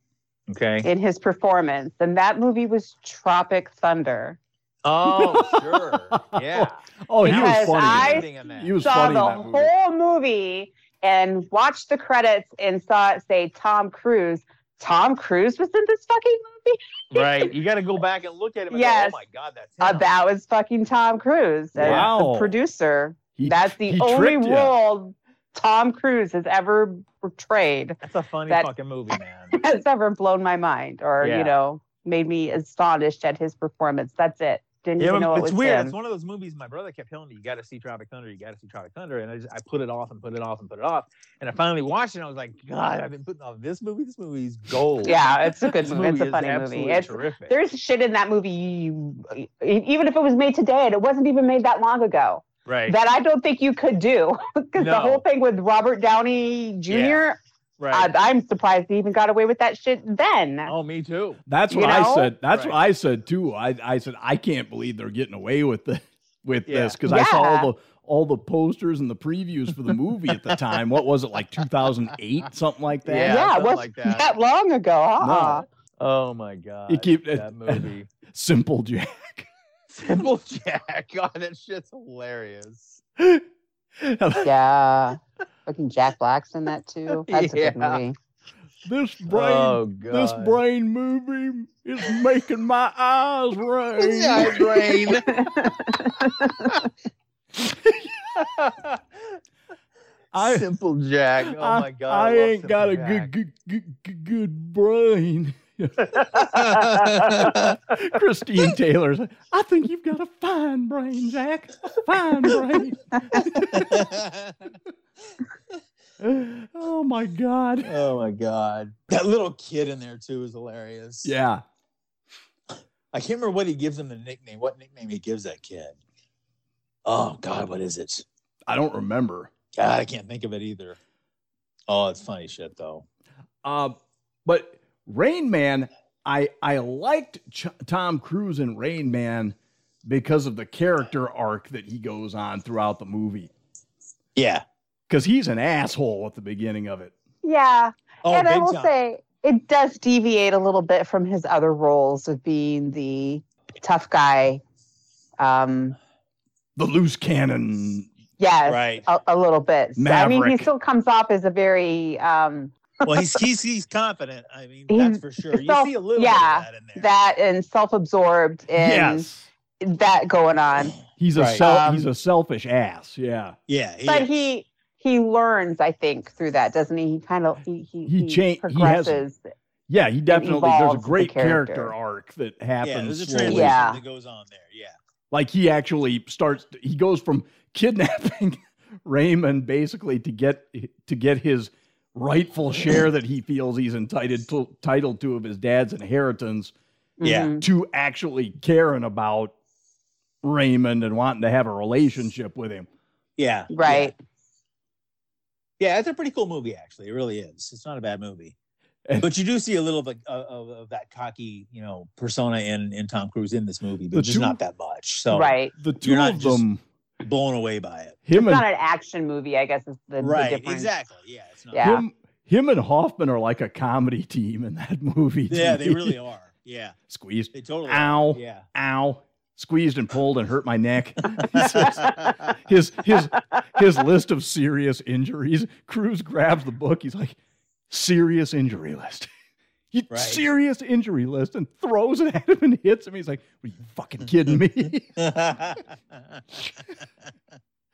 Speaker 6: okay.
Speaker 5: in his performance, and that movie was Tropic Thunder.
Speaker 6: Oh, sure. Yeah.
Speaker 7: Oh, he was
Speaker 5: Because
Speaker 7: funny.
Speaker 5: I-
Speaker 6: Everything in that.
Speaker 7: he was
Speaker 5: saw
Speaker 7: funny in
Speaker 5: the
Speaker 7: that movie.
Speaker 5: whole movie and watched the credits and saw it say Tom Cruise. Tom Cruise was in this fucking movie.
Speaker 6: right. You got to go back and look at him. And
Speaker 5: Yes.
Speaker 6: Go, oh my God, that's
Speaker 5: Uh,
Speaker 6: him."
Speaker 5: that was fucking Tom Cruise. as
Speaker 7: Wow.
Speaker 5: The producer.
Speaker 7: He-
Speaker 5: That's the
Speaker 7: he
Speaker 5: only
Speaker 7: tricked ya.
Speaker 5: role Tom Cruise has ever portrayed.
Speaker 6: That's a funny
Speaker 5: that-
Speaker 6: fucking movie, man.
Speaker 5: Has ever blown my mind or,
Speaker 6: Yeah.
Speaker 5: you know, made me astonished at his performance. That's it. Didn't
Speaker 6: Yeah,
Speaker 5: even know
Speaker 6: but
Speaker 5: it
Speaker 6: it's
Speaker 5: was
Speaker 6: weird.
Speaker 5: him.
Speaker 6: It's one of those movies my brother kept telling me, you got to see Tropic Thunder, you got to see Tropic Thunder. And I just, I put it off and put it off and put it off. And I finally watched it and I was like, God, I've been putting off this movie. This movie's gold.
Speaker 5: Yeah, it's a good
Speaker 6: This
Speaker 5: movie. It's a
Speaker 6: is
Speaker 5: funny movie.
Speaker 6: absolutely
Speaker 5: It's-
Speaker 6: terrific.
Speaker 5: There's shit in that movie, you, e- even if it was made today, and it wasn't even made that long ago,
Speaker 6: right.
Speaker 5: that I don't think you could do. Because
Speaker 6: No.
Speaker 5: the whole thing with Robert Downey Jr.,
Speaker 6: right.
Speaker 5: I, I'm surprised he even got away with that shit then.
Speaker 6: oh, me too.
Speaker 7: That's what
Speaker 5: You
Speaker 7: I
Speaker 5: know?
Speaker 7: said. That's what
Speaker 6: Right.
Speaker 7: I said too. I, I said I can't believe they're getting away with the, with
Speaker 6: Yeah.
Speaker 7: this because I saw
Speaker 5: Yeah.
Speaker 7: all the all the posters and the previews for the movie at the time. What was it like 2008 something like that?
Speaker 6: Yeah,
Speaker 5: yeah, it
Speaker 6: something
Speaker 5: was
Speaker 6: like that.
Speaker 5: that. long ago. Uh-uh.
Speaker 7: No.
Speaker 6: Oh my God.
Speaker 7: keep- uh,
Speaker 6: that movie.
Speaker 7: Simple Jack.
Speaker 6: Simple Jack. God, that shit's hilarious.
Speaker 5: Yeah. Fucking Jack Black's in that too. That's a good
Speaker 6: Yeah.
Speaker 5: movie.
Speaker 7: this brain,
Speaker 6: oh God.
Speaker 7: this brain movie is making my eyes rain.
Speaker 6: Yeah, brain.
Speaker 7: I-
Speaker 6: Simple Jack. Oh
Speaker 7: I-
Speaker 6: my God.
Speaker 7: I,
Speaker 6: love
Speaker 7: ain't got a
Speaker 6: Simple Jack.
Speaker 7: good, good good good good brain. Christine Taylor's. I think you've got a fine brain, Zach. A fine brain. oh my god.
Speaker 6: oh my god. That little kid in there too is hilarious.
Speaker 7: Yeah.
Speaker 6: I can't remember what he gives him the nickname. What nickname he gives that kid. Oh god, what is it?
Speaker 7: I don't remember.
Speaker 6: God, I can't think of it either. Oh, it's funny shit though.
Speaker 7: Uh, but Rain Man, I I liked Ch- Tom Cruise in Rain Man because of the character arc that he goes on throughout the movie.
Speaker 6: Yeah.
Speaker 7: Because he's an asshole at the beginning of it.
Speaker 5: Yeah.
Speaker 6: Oh,
Speaker 5: and I
Speaker 6: big
Speaker 5: will
Speaker 6: time.
Speaker 5: say it does deviate a little bit from his other roles of being the tough guy. Um
Speaker 7: The loose cannon.
Speaker 5: yes.
Speaker 6: Right.
Speaker 5: A, a little bit. So, I mean, he
Speaker 7: Maverick.
Speaker 5: still comes off as a very um,
Speaker 6: Well, he's he's he's confident. I mean, that's
Speaker 5: He's-
Speaker 6: for sure. You
Speaker 5: so-
Speaker 6: see a little
Speaker 5: yeah,
Speaker 6: bit of that in there.
Speaker 5: that and self-absorbed and
Speaker 7: yes.
Speaker 5: that going on.
Speaker 7: He's a
Speaker 6: Right.
Speaker 7: self,
Speaker 5: Um,
Speaker 7: he's a selfish ass. Yeah.
Speaker 6: yeah. he
Speaker 5: but
Speaker 6: is.
Speaker 5: he he learns i think through that doesn't he he kind of he he,
Speaker 7: He cha- he has-
Speaker 5: progresses
Speaker 7: Yeah, he definitely. There's a
Speaker 5: evolves the
Speaker 7: great character.
Speaker 5: character.
Speaker 7: arc that
Speaker 8: Yeah,
Speaker 7: happens.
Speaker 8: there's a
Speaker 7: slowly.
Speaker 8: transition
Speaker 5: Yeah.
Speaker 8: that goes on there. Yeah.
Speaker 7: Like he actually starts. He goes from kidnapping Raymond basically to get to get his rightful share that he feels he's entitled to, entitled to of his dad's inheritance
Speaker 8: Yeah.
Speaker 5: Mhm.
Speaker 7: to actually caring about Raymond and wanting to have a relationship with him.
Speaker 8: Yeah.
Speaker 5: Right.
Speaker 8: Yeah, it's a pretty cool movie, actually. It really is. It's not a bad movie.
Speaker 7: And-
Speaker 8: But you do see a little bit of, of, of that cocky, you know, persona in, in Tom Cruise in this movie,
Speaker 7: The
Speaker 8: but just
Speaker 7: two-
Speaker 8: not that much. So
Speaker 5: Right.
Speaker 7: The 2
Speaker 8: You're not
Speaker 7: of
Speaker 8: just-
Speaker 7: them,
Speaker 8: blown away by it.
Speaker 7: him
Speaker 5: It's
Speaker 7: and
Speaker 5: not an action movie, I guess. It's the, the
Speaker 8: right.
Speaker 5: difference.
Speaker 8: Exactly. Yeah. It's not,
Speaker 5: Yeah.
Speaker 7: him, him and Hoffman are like a comedy team in that movie. to
Speaker 8: Yeah, they
Speaker 7: me.
Speaker 8: really are. Yeah.
Speaker 7: squeezed.
Speaker 8: They totally
Speaker 7: Ow.
Speaker 8: Are. Yeah.
Speaker 7: Ow. Squeezed and pulled and hurt my neck. his his his list of serious injuries. Cruz grabs the book. He's like, serious injury list. He,
Speaker 8: Right.
Speaker 7: Serious injury list and throws it at him and hits him. He's like, Are you fucking kidding me?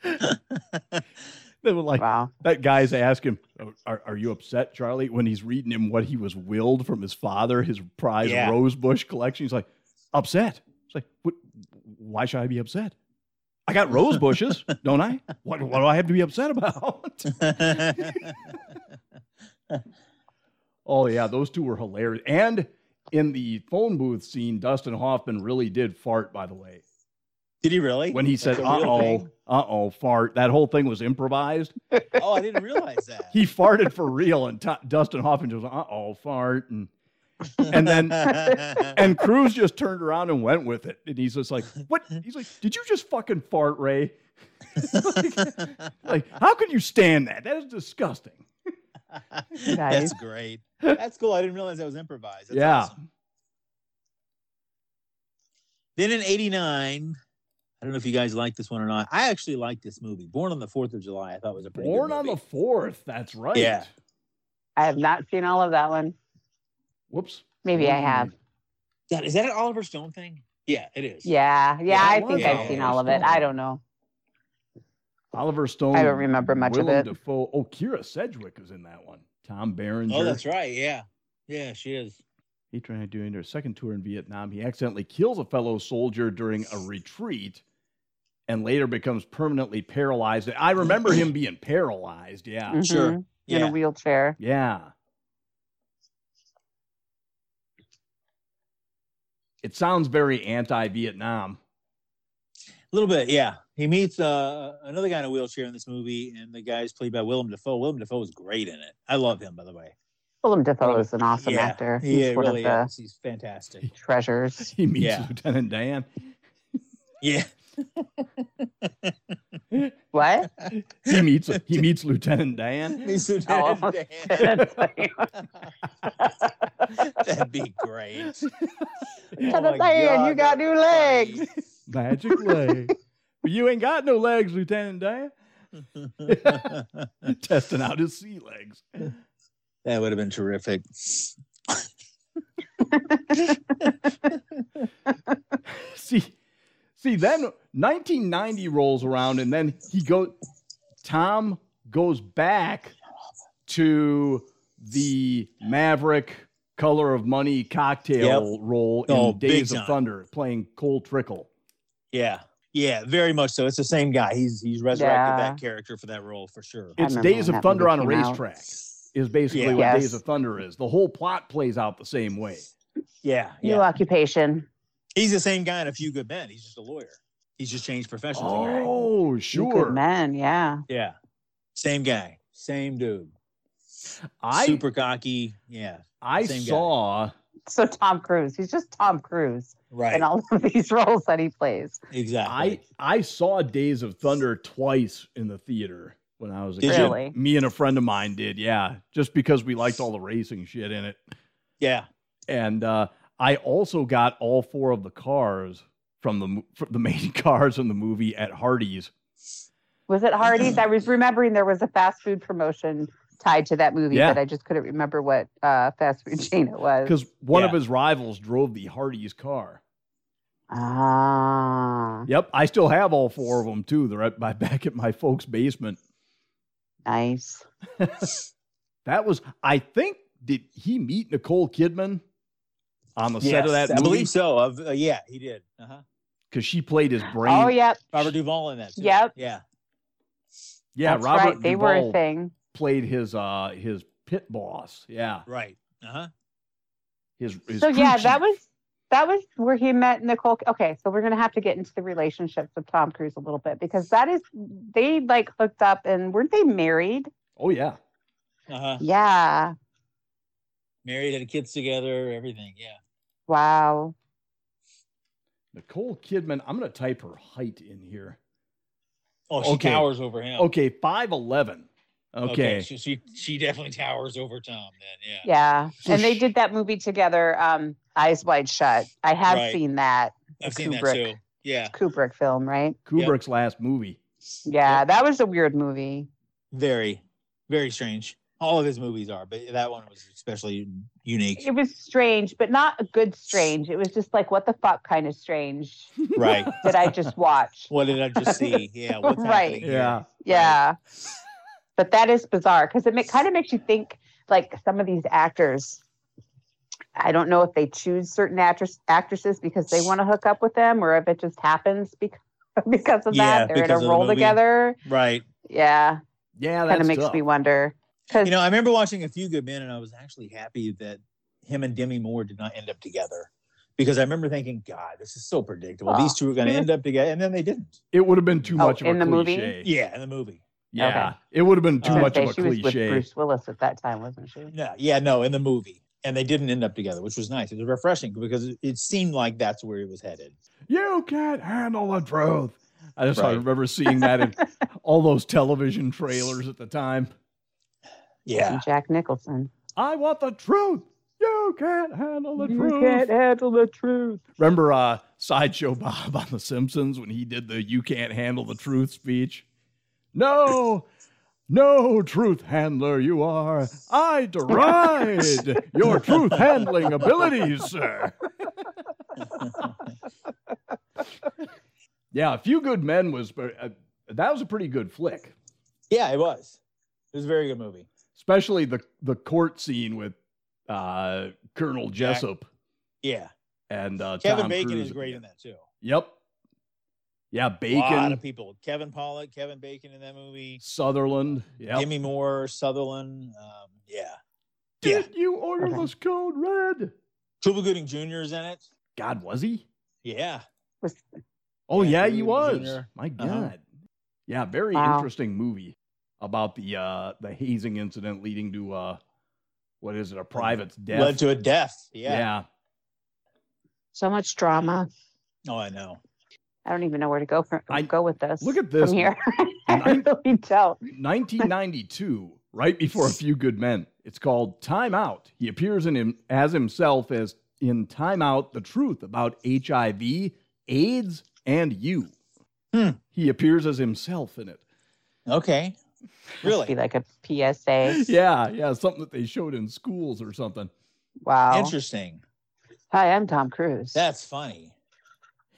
Speaker 7: they were like,
Speaker 5: Wow.
Speaker 7: That guy's asking, are, are you upset, Charlie? When he's reading him what he was willed from his father, his prize
Speaker 8: Yeah.
Speaker 7: rose bush collection. He's like, upset. It's like, what, why should I be upset? I got rose bushes, don't I? What, what do I have to be upset about? oh, yeah, those two were hilarious. And in the phone booth scene, Dustin Hoffman really did fart, by the way.
Speaker 8: Did he really?
Speaker 7: When he said,
Speaker 8: That's a
Speaker 7: uh
Speaker 8: real
Speaker 7: oh,
Speaker 8: thing.
Speaker 7: uh oh, fart, that whole thing was improvised.
Speaker 8: Oh, I didn't realize that.
Speaker 7: he farted for real, and T- Dustin Hoffman just uh oh fart, and and then and Cruz just turned around and went with it, and he's just like, what? He's like, did you just fucking fart, Ray? Like, how can you stand that? That is disgusting.
Speaker 8: That's great. That's cool. I didn't realize that was improvised. That's
Speaker 7: Yeah.
Speaker 8: awesome. Then in '89, I don't know if you guys like this one or not. I actually like this movie, Born on the Fourth of July. I thought was a pretty
Speaker 7: Born
Speaker 8: good
Speaker 7: on
Speaker 8: movie.
Speaker 7: the fourth. That's right.
Speaker 8: Yeah.
Speaker 5: I have not seen all of that one.
Speaker 7: Whoops. Mm-hmm.
Speaker 5: Maybe I have.
Speaker 8: God, is that an Oliver Stone thing? Yeah, it is.
Speaker 5: Yeah. Yeah.
Speaker 7: Yeah,
Speaker 5: I
Speaker 7: it
Speaker 5: think
Speaker 8: was
Speaker 5: I've
Speaker 8: all
Speaker 5: seen
Speaker 8: over
Speaker 5: all of it.
Speaker 7: Stone.
Speaker 5: I don't know.
Speaker 7: Oliver Stone.
Speaker 5: I don't remember much of
Speaker 7: Willem
Speaker 5: it.
Speaker 7: Dafoe. Oh, Kira Sedgwick is in that one. Tom Berenger.
Speaker 8: Oh, that's right. Yeah, yeah, she is.
Speaker 7: He tried to do it in her second tour in Vietnam. He accidentally kills a fellow soldier during a retreat and later becomes permanently paralyzed. I remember him being paralyzed. Yeah.
Speaker 8: Sure.
Speaker 5: Mhm. In a
Speaker 8: Yeah,
Speaker 5: wheelchair.
Speaker 7: Yeah. It sounds very anti Vietnam.
Speaker 8: a little bit. Yeah, he meets uh, another guy in a wheelchair in this movie, and the guy's played by Willem Dafoe. Willem Dafoe is great in it. I love him, by the way.
Speaker 5: Willem Dafoe is an awesome
Speaker 8: yeah.
Speaker 5: actor. He's
Speaker 8: Yeah,
Speaker 5: one
Speaker 8: really
Speaker 5: of the
Speaker 8: is. He's fantastic.
Speaker 5: treasures.
Speaker 7: He meets
Speaker 8: Yeah.
Speaker 7: Lieutenant Dan.
Speaker 8: Yeah.
Speaker 5: What?
Speaker 7: He meets he meets Lieutenant Dan.
Speaker 8: He's so
Speaker 5: Oh,
Speaker 8: dead. That'd be great. Oh
Speaker 5: Shut up, Diane, you got new legs.
Speaker 7: Magic leg. you ain't got no legs, Lieutenant Dan.
Speaker 8: that
Speaker 7: Testing out his sea legs.
Speaker 8: would have been terrific.
Speaker 7: see, see, then 1990 rolls around, and then he goes. Tom goes back to the Maverick Color of Money cocktail role in
Speaker 8: Oh, big
Speaker 7: Days of
Speaker 8: time.
Speaker 7: Thunder, playing Cole Trickle.
Speaker 8: Yeah. Yeah, very much so. It's the same guy. He's he's resurrected
Speaker 5: Yeah.
Speaker 8: that character for that role for sure.
Speaker 5: I
Speaker 7: It's
Speaker 5: remember
Speaker 7: Days
Speaker 5: when
Speaker 7: of
Speaker 5: that movie
Speaker 7: Thunder on a
Speaker 5: came out.
Speaker 7: racetrack. Is basically
Speaker 8: Yeah.
Speaker 7: what
Speaker 5: Yes.
Speaker 7: Days of Thunder is. The whole plot plays out the same way.
Speaker 8: Yeah.
Speaker 5: New
Speaker 8: yeah.
Speaker 5: occupation.
Speaker 8: He's the same guy in a few good men. He's just a lawyer. He's just changed professions. already.
Speaker 7: Oh,
Speaker 5: You
Speaker 7: sure.
Speaker 5: Good men. Yeah.
Speaker 8: Yeah. Same guy. Same dude.
Speaker 7: I
Speaker 8: Super cocky. Yeah.
Speaker 7: I
Speaker 8: same guy.
Speaker 7: saw
Speaker 5: So Tom Cruise. He's just Tom Cruise
Speaker 8: Right.
Speaker 5: in all of these roles that he plays.
Speaker 8: exactly.
Speaker 7: I I saw Days of Thunder twice in the theater when I was a
Speaker 8: Did
Speaker 7: kid.
Speaker 8: you?
Speaker 5: Really?
Speaker 7: Me and a friend of mine did, yeah, just because we liked all the racing shit in it.
Speaker 8: yeah.
Speaker 7: And uh, I also got all four of the cars from the mo- from the main cars from the movie at Hardee's.
Speaker 5: Was it Hardee's? I was remembering there was a fast food promotion tied to that movie,
Speaker 7: Yeah.
Speaker 5: but I just couldn't remember what uh, fast food chain it was.
Speaker 7: because one of
Speaker 8: Yeah.
Speaker 7: his rivals drove the Hardee's car.
Speaker 5: Ah,
Speaker 7: Yep, I still have all four of them too. They're at my back at my folks' basement.
Speaker 5: nice.
Speaker 7: That was, I think, did he meet Nicole Kidman on the set of that
Speaker 8: I
Speaker 7: movie?
Speaker 8: believe so. Of uh, yeah, he did. Uh-huh.
Speaker 7: Because she played his brain.
Speaker 5: Oh, yep.
Speaker 8: Robert Duvall in that. Too.
Speaker 5: Yep.
Speaker 8: Yeah.
Speaker 7: yeah,
Speaker 5: That's
Speaker 7: Robert
Speaker 5: right. They were
Speaker 7: Duvall
Speaker 5: a thing.
Speaker 7: played his uh his pit boss. Yeah,
Speaker 8: Right. Uh huh.
Speaker 7: his, his
Speaker 5: so
Speaker 7: crew
Speaker 5: yeah, that
Speaker 7: chief.
Speaker 5: was that was where he met Nicole. Okay, so we're gonna have to get into the relationships of Tom Cruise a little bit because that is they like hooked up and weren't they married?
Speaker 7: Oh yeah,
Speaker 8: Uh huh.
Speaker 5: Yeah.
Speaker 8: Married, had kids together, everything. Yeah.
Speaker 5: Wow.
Speaker 7: Nicole Kidman. I'm gonna type her height in here.
Speaker 8: Oh, she
Speaker 7: Okay.
Speaker 8: towers over him.
Speaker 7: Okay, five eleven. Okay,
Speaker 8: She, she she definitely towers over Tom. Then yeah.
Speaker 5: Yeah.
Speaker 7: So
Speaker 5: and they
Speaker 7: sh-
Speaker 5: did that movie together, um, Eyes Wide Shut. I have
Speaker 8: Right.
Speaker 5: seen that
Speaker 8: I've seen that
Speaker 5: Kubrick.
Speaker 8: too. Yeah.
Speaker 5: Kubrick film, right?
Speaker 7: Kubrick's last movie.
Speaker 5: Yeah,
Speaker 8: Yep.
Speaker 5: that was a weird movie.
Speaker 8: Very, very strange. All of his movies are, but that one was especially unique.
Speaker 5: It was strange, but not a good strange. It was just like what the fuck kind of strange
Speaker 8: Right.
Speaker 5: did I just watch?
Speaker 8: What did I just see? Yeah. What's
Speaker 5: Right.
Speaker 8: happening? here?
Speaker 7: Yeah.
Speaker 5: Yeah. But that is bizarre because it ma- kind of makes you think like some of these actors. I don't know if they choose certain actress, actresses because they want to hook up with them or if it just happens because, because of
Speaker 8: Yeah,
Speaker 5: that. They're in
Speaker 8: because of
Speaker 5: a
Speaker 8: the
Speaker 5: role
Speaker 8: movie.
Speaker 5: together.
Speaker 8: Right.
Speaker 5: Yeah.
Speaker 7: Yeah,
Speaker 5: Kind
Speaker 7: that
Speaker 5: of makes me wonder.
Speaker 8: You know, I remember watching A Few Good Men, and I was actually happy that him and Demi Moore did not end up together because I remember thinking, God, this is so predictable. These
Speaker 5: Oh,
Speaker 8: two are going to
Speaker 5: yeah.
Speaker 8: end up together, and then they didn't.
Speaker 7: It would have been too
Speaker 5: Oh,
Speaker 7: much of
Speaker 5: in
Speaker 7: a
Speaker 5: the movie?
Speaker 7: cliche.
Speaker 8: Yeah, in the movie.
Speaker 7: Yeah, it would have been too
Speaker 8: Uh,
Speaker 7: much of
Speaker 5: Say
Speaker 7: a
Speaker 5: she was with
Speaker 7: cliche.
Speaker 5: Bruce Willis at that time, wasn't she?
Speaker 8: No, yeah, no, in the movie, and they didn't end up together, which was nice. It was refreshing because it, it seemed like that's where it was headed.
Speaker 7: You can't handle the truth. I just I
Speaker 8: Right.
Speaker 7: remember seeing that in all those television trailers at the time.
Speaker 8: Yeah,
Speaker 5: And Jack Nicholson.
Speaker 7: I want the truth. You can't handle the
Speaker 5: You
Speaker 7: truth.
Speaker 5: can't handle the truth.
Speaker 7: Remember uh, Sideshow Bob on The Simpsons when he did the "You can't handle the truth" speech? No, no truth handler you are. I deride your truth handling abilities, sir. yeah, a few good men was uh, that was a pretty good flick,
Speaker 8: yeah, it was. It was a very good movie.
Speaker 7: especially the the court scene with uh, Colonel Jessup
Speaker 8: Yeah,
Speaker 7: and uh,
Speaker 8: Kevin
Speaker 7: Tom
Speaker 8: Bacon
Speaker 7: Cruise.
Speaker 8: is great in that too.
Speaker 7: Yep. Yeah, Bacon.
Speaker 8: A lot of people. Kevin Pollak, Kevin Bacon in that movie.
Speaker 7: Sutherland. Yeah.
Speaker 8: Demi Moore, Sutherland. Um, yeah. Yeah.
Speaker 7: Did you order
Speaker 5: Okay.
Speaker 7: this code red?
Speaker 8: Cuba Gooding Jr. is in it.
Speaker 7: God, was he?
Speaker 8: Yeah.
Speaker 5: Was,
Speaker 7: Oh yeah,
Speaker 8: Yeah, Cuba
Speaker 7: he
Speaker 8: Gooding
Speaker 7: was.
Speaker 8: Jr..
Speaker 7: My God.
Speaker 8: Uh-huh.
Speaker 7: Yeah, very
Speaker 5: Wow.
Speaker 7: interesting movie about the uh the hazing incident leading to uh what is it, a private's death.
Speaker 8: Led to a death. Yeah.
Speaker 7: yeah.
Speaker 5: so much drama.
Speaker 8: Oh, I know.
Speaker 5: I don't even know where to go from
Speaker 7: I-
Speaker 5: go with this.
Speaker 7: look at this
Speaker 5: from here. I
Speaker 7: Nine-
Speaker 5: really don't.
Speaker 7: 1992, right before A Few Good Men. It's called Time Out. He appears in him as himself as in Time Out: The Truth About HIV, AIDS, and You.
Speaker 8: Hmm.
Speaker 7: He appears as himself in it.
Speaker 8: Okay.
Speaker 5: Be
Speaker 8: Really
Speaker 5: like a PSA.
Speaker 7: Yeah, yeah, something that they showed in schools or something.
Speaker 5: Wow.
Speaker 8: interesting.
Speaker 5: Hi, I'm Tom Cruise.
Speaker 8: That's funny.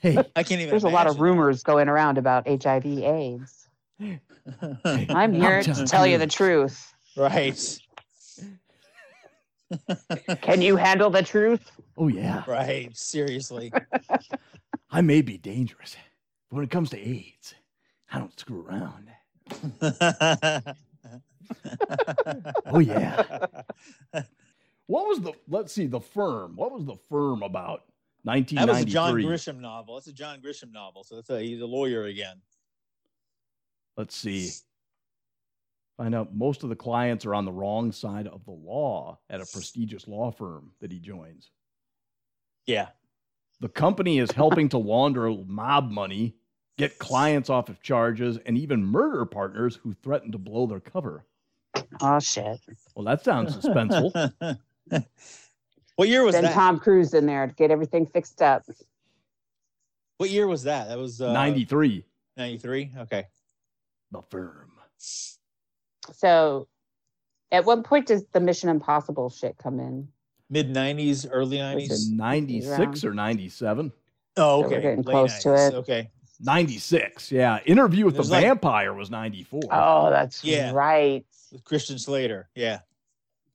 Speaker 7: Hey,
Speaker 8: I can't even.
Speaker 5: There's a lot of
Speaker 8: imagine
Speaker 5: rumors going around about HIV/AIDS.
Speaker 8: that.
Speaker 5: I'm here
Speaker 7: Tom
Speaker 5: to tell you the truth.
Speaker 8: right.
Speaker 5: Can you handle the truth?
Speaker 7: oh yeah,
Speaker 8: Right. Seriously.
Speaker 7: I may be dangerous, but when it comes to AIDS, I don't screw around. Oh yeah. what was the? Let's see, the firm. What was the firm about?
Speaker 8: That
Speaker 7: 1993.
Speaker 8: was a John Grisham novel. That's a John Grisham novel. So that's a, he's a lawyer again.
Speaker 7: Let's see. Find out most of the clients are on the wrong side of the law at a prestigious law firm that he joins.
Speaker 8: Yeah.
Speaker 7: The company is helping to launder mob money, get clients off of charges, and even murder partners who threaten to blow their cover.
Speaker 5: Oh shit.
Speaker 7: Well, that sounds suspenseful.
Speaker 8: what year was
Speaker 5: Send
Speaker 8: that?
Speaker 5: Tom Cruise in there to get everything fixed up.
Speaker 8: What year was that? That was uh,
Speaker 7: 93.
Speaker 8: 93? Okay.
Speaker 7: The firm.
Speaker 5: So, at what point does the Mission Impossible shit come in?
Speaker 8: Mid 90s, early 90s.
Speaker 7: 96 or 97?
Speaker 8: Oh,
Speaker 5: So
Speaker 8: okay.
Speaker 5: we're getting
Speaker 8: Late
Speaker 5: close to
Speaker 8: 90s.
Speaker 5: it.
Speaker 8: Okay.
Speaker 7: 96. Yeah. Interview with
Speaker 8: There's
Speaker 7: the
Speaker 8: like-
Speaker 7: Vampire was 94.
Speaker 5: Oh, that's
Speaker 8: Yeah.
Speaker 5: right.
Speaker 8: With Christian Slater. Yeah.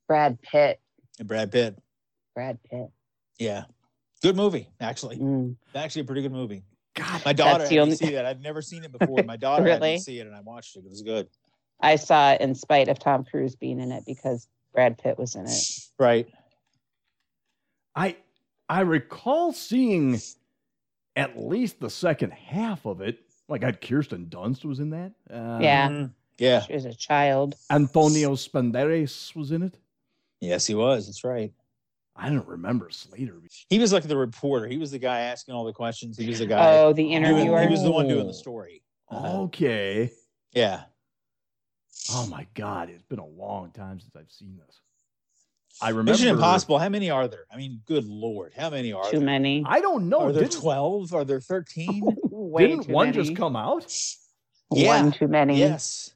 Speaker 5: Brad Pitt.
Speaker 8: and Brad Pitt.
Speaker 5: Brad Pitt.
Speaker 8: Yeah, good movie actually.
Speaker 5: Mm.
Speaker 8: It's actually a pretty good movie.
Speaker 7: God,
Speaker 8: My daughter
Speaker 5: the
Speaker 8: had me
Speaker 5: only-
Speaker 8: see that. I've never seen it before. My daughter had
Speaker 5: Really?
Speaker 8: me see it, and I watched it. It was good.
Speaker 5: I saw it in spite of Tom Cruise being in it because Brad Pitt was in it.
Speaker 8: Right.
Speaker 7: I I recall seeing at least the second half of it. My God, Kirsten Dunst was in that. Uh,
Speaker 5: Yeah.
Speaker 8: Mhm. Yeah.
Speaker 5: She was a child.
Speaker 7: Antonio Banderas was in it.
Speaker 8: Yes, he was. That's right.
Speaker 7: I don't remember Slater.
Speaker 8: He was like the reporter. He was the guy asking all the questions. He was the guy.
Speaker 5: Oh, the
Speaker 8: he was-
Speaker 5: interviewer. Oh.
Speaker 8: He was the one doing the story. Uh-huh.
Speaker 7: Okay.
Speaker 8: Yeah.
Speaker 7: Oh my God, it's been a long time since I've seen this. I remember
Speaker 8: Mission Impossible. How many are there? I mean, good lord, how many are
Speaker 5: Too
Speaker 8: there?
Speaker 5: many. Oh,
Speaker 7: I don't know.
Speaker 8: are there
Speaker 7: Didn't,
Speaker 8: twelve? Are there thirteen?
Speaker 5: Way
Speaker 7: didn't
Speaker 5: too
Speaker 7: one
Speaker 5: many.
Speaker 7: just come out?
Speaker 8: Yeah.
Speaker 5: One too many.
Speaker 8: yes,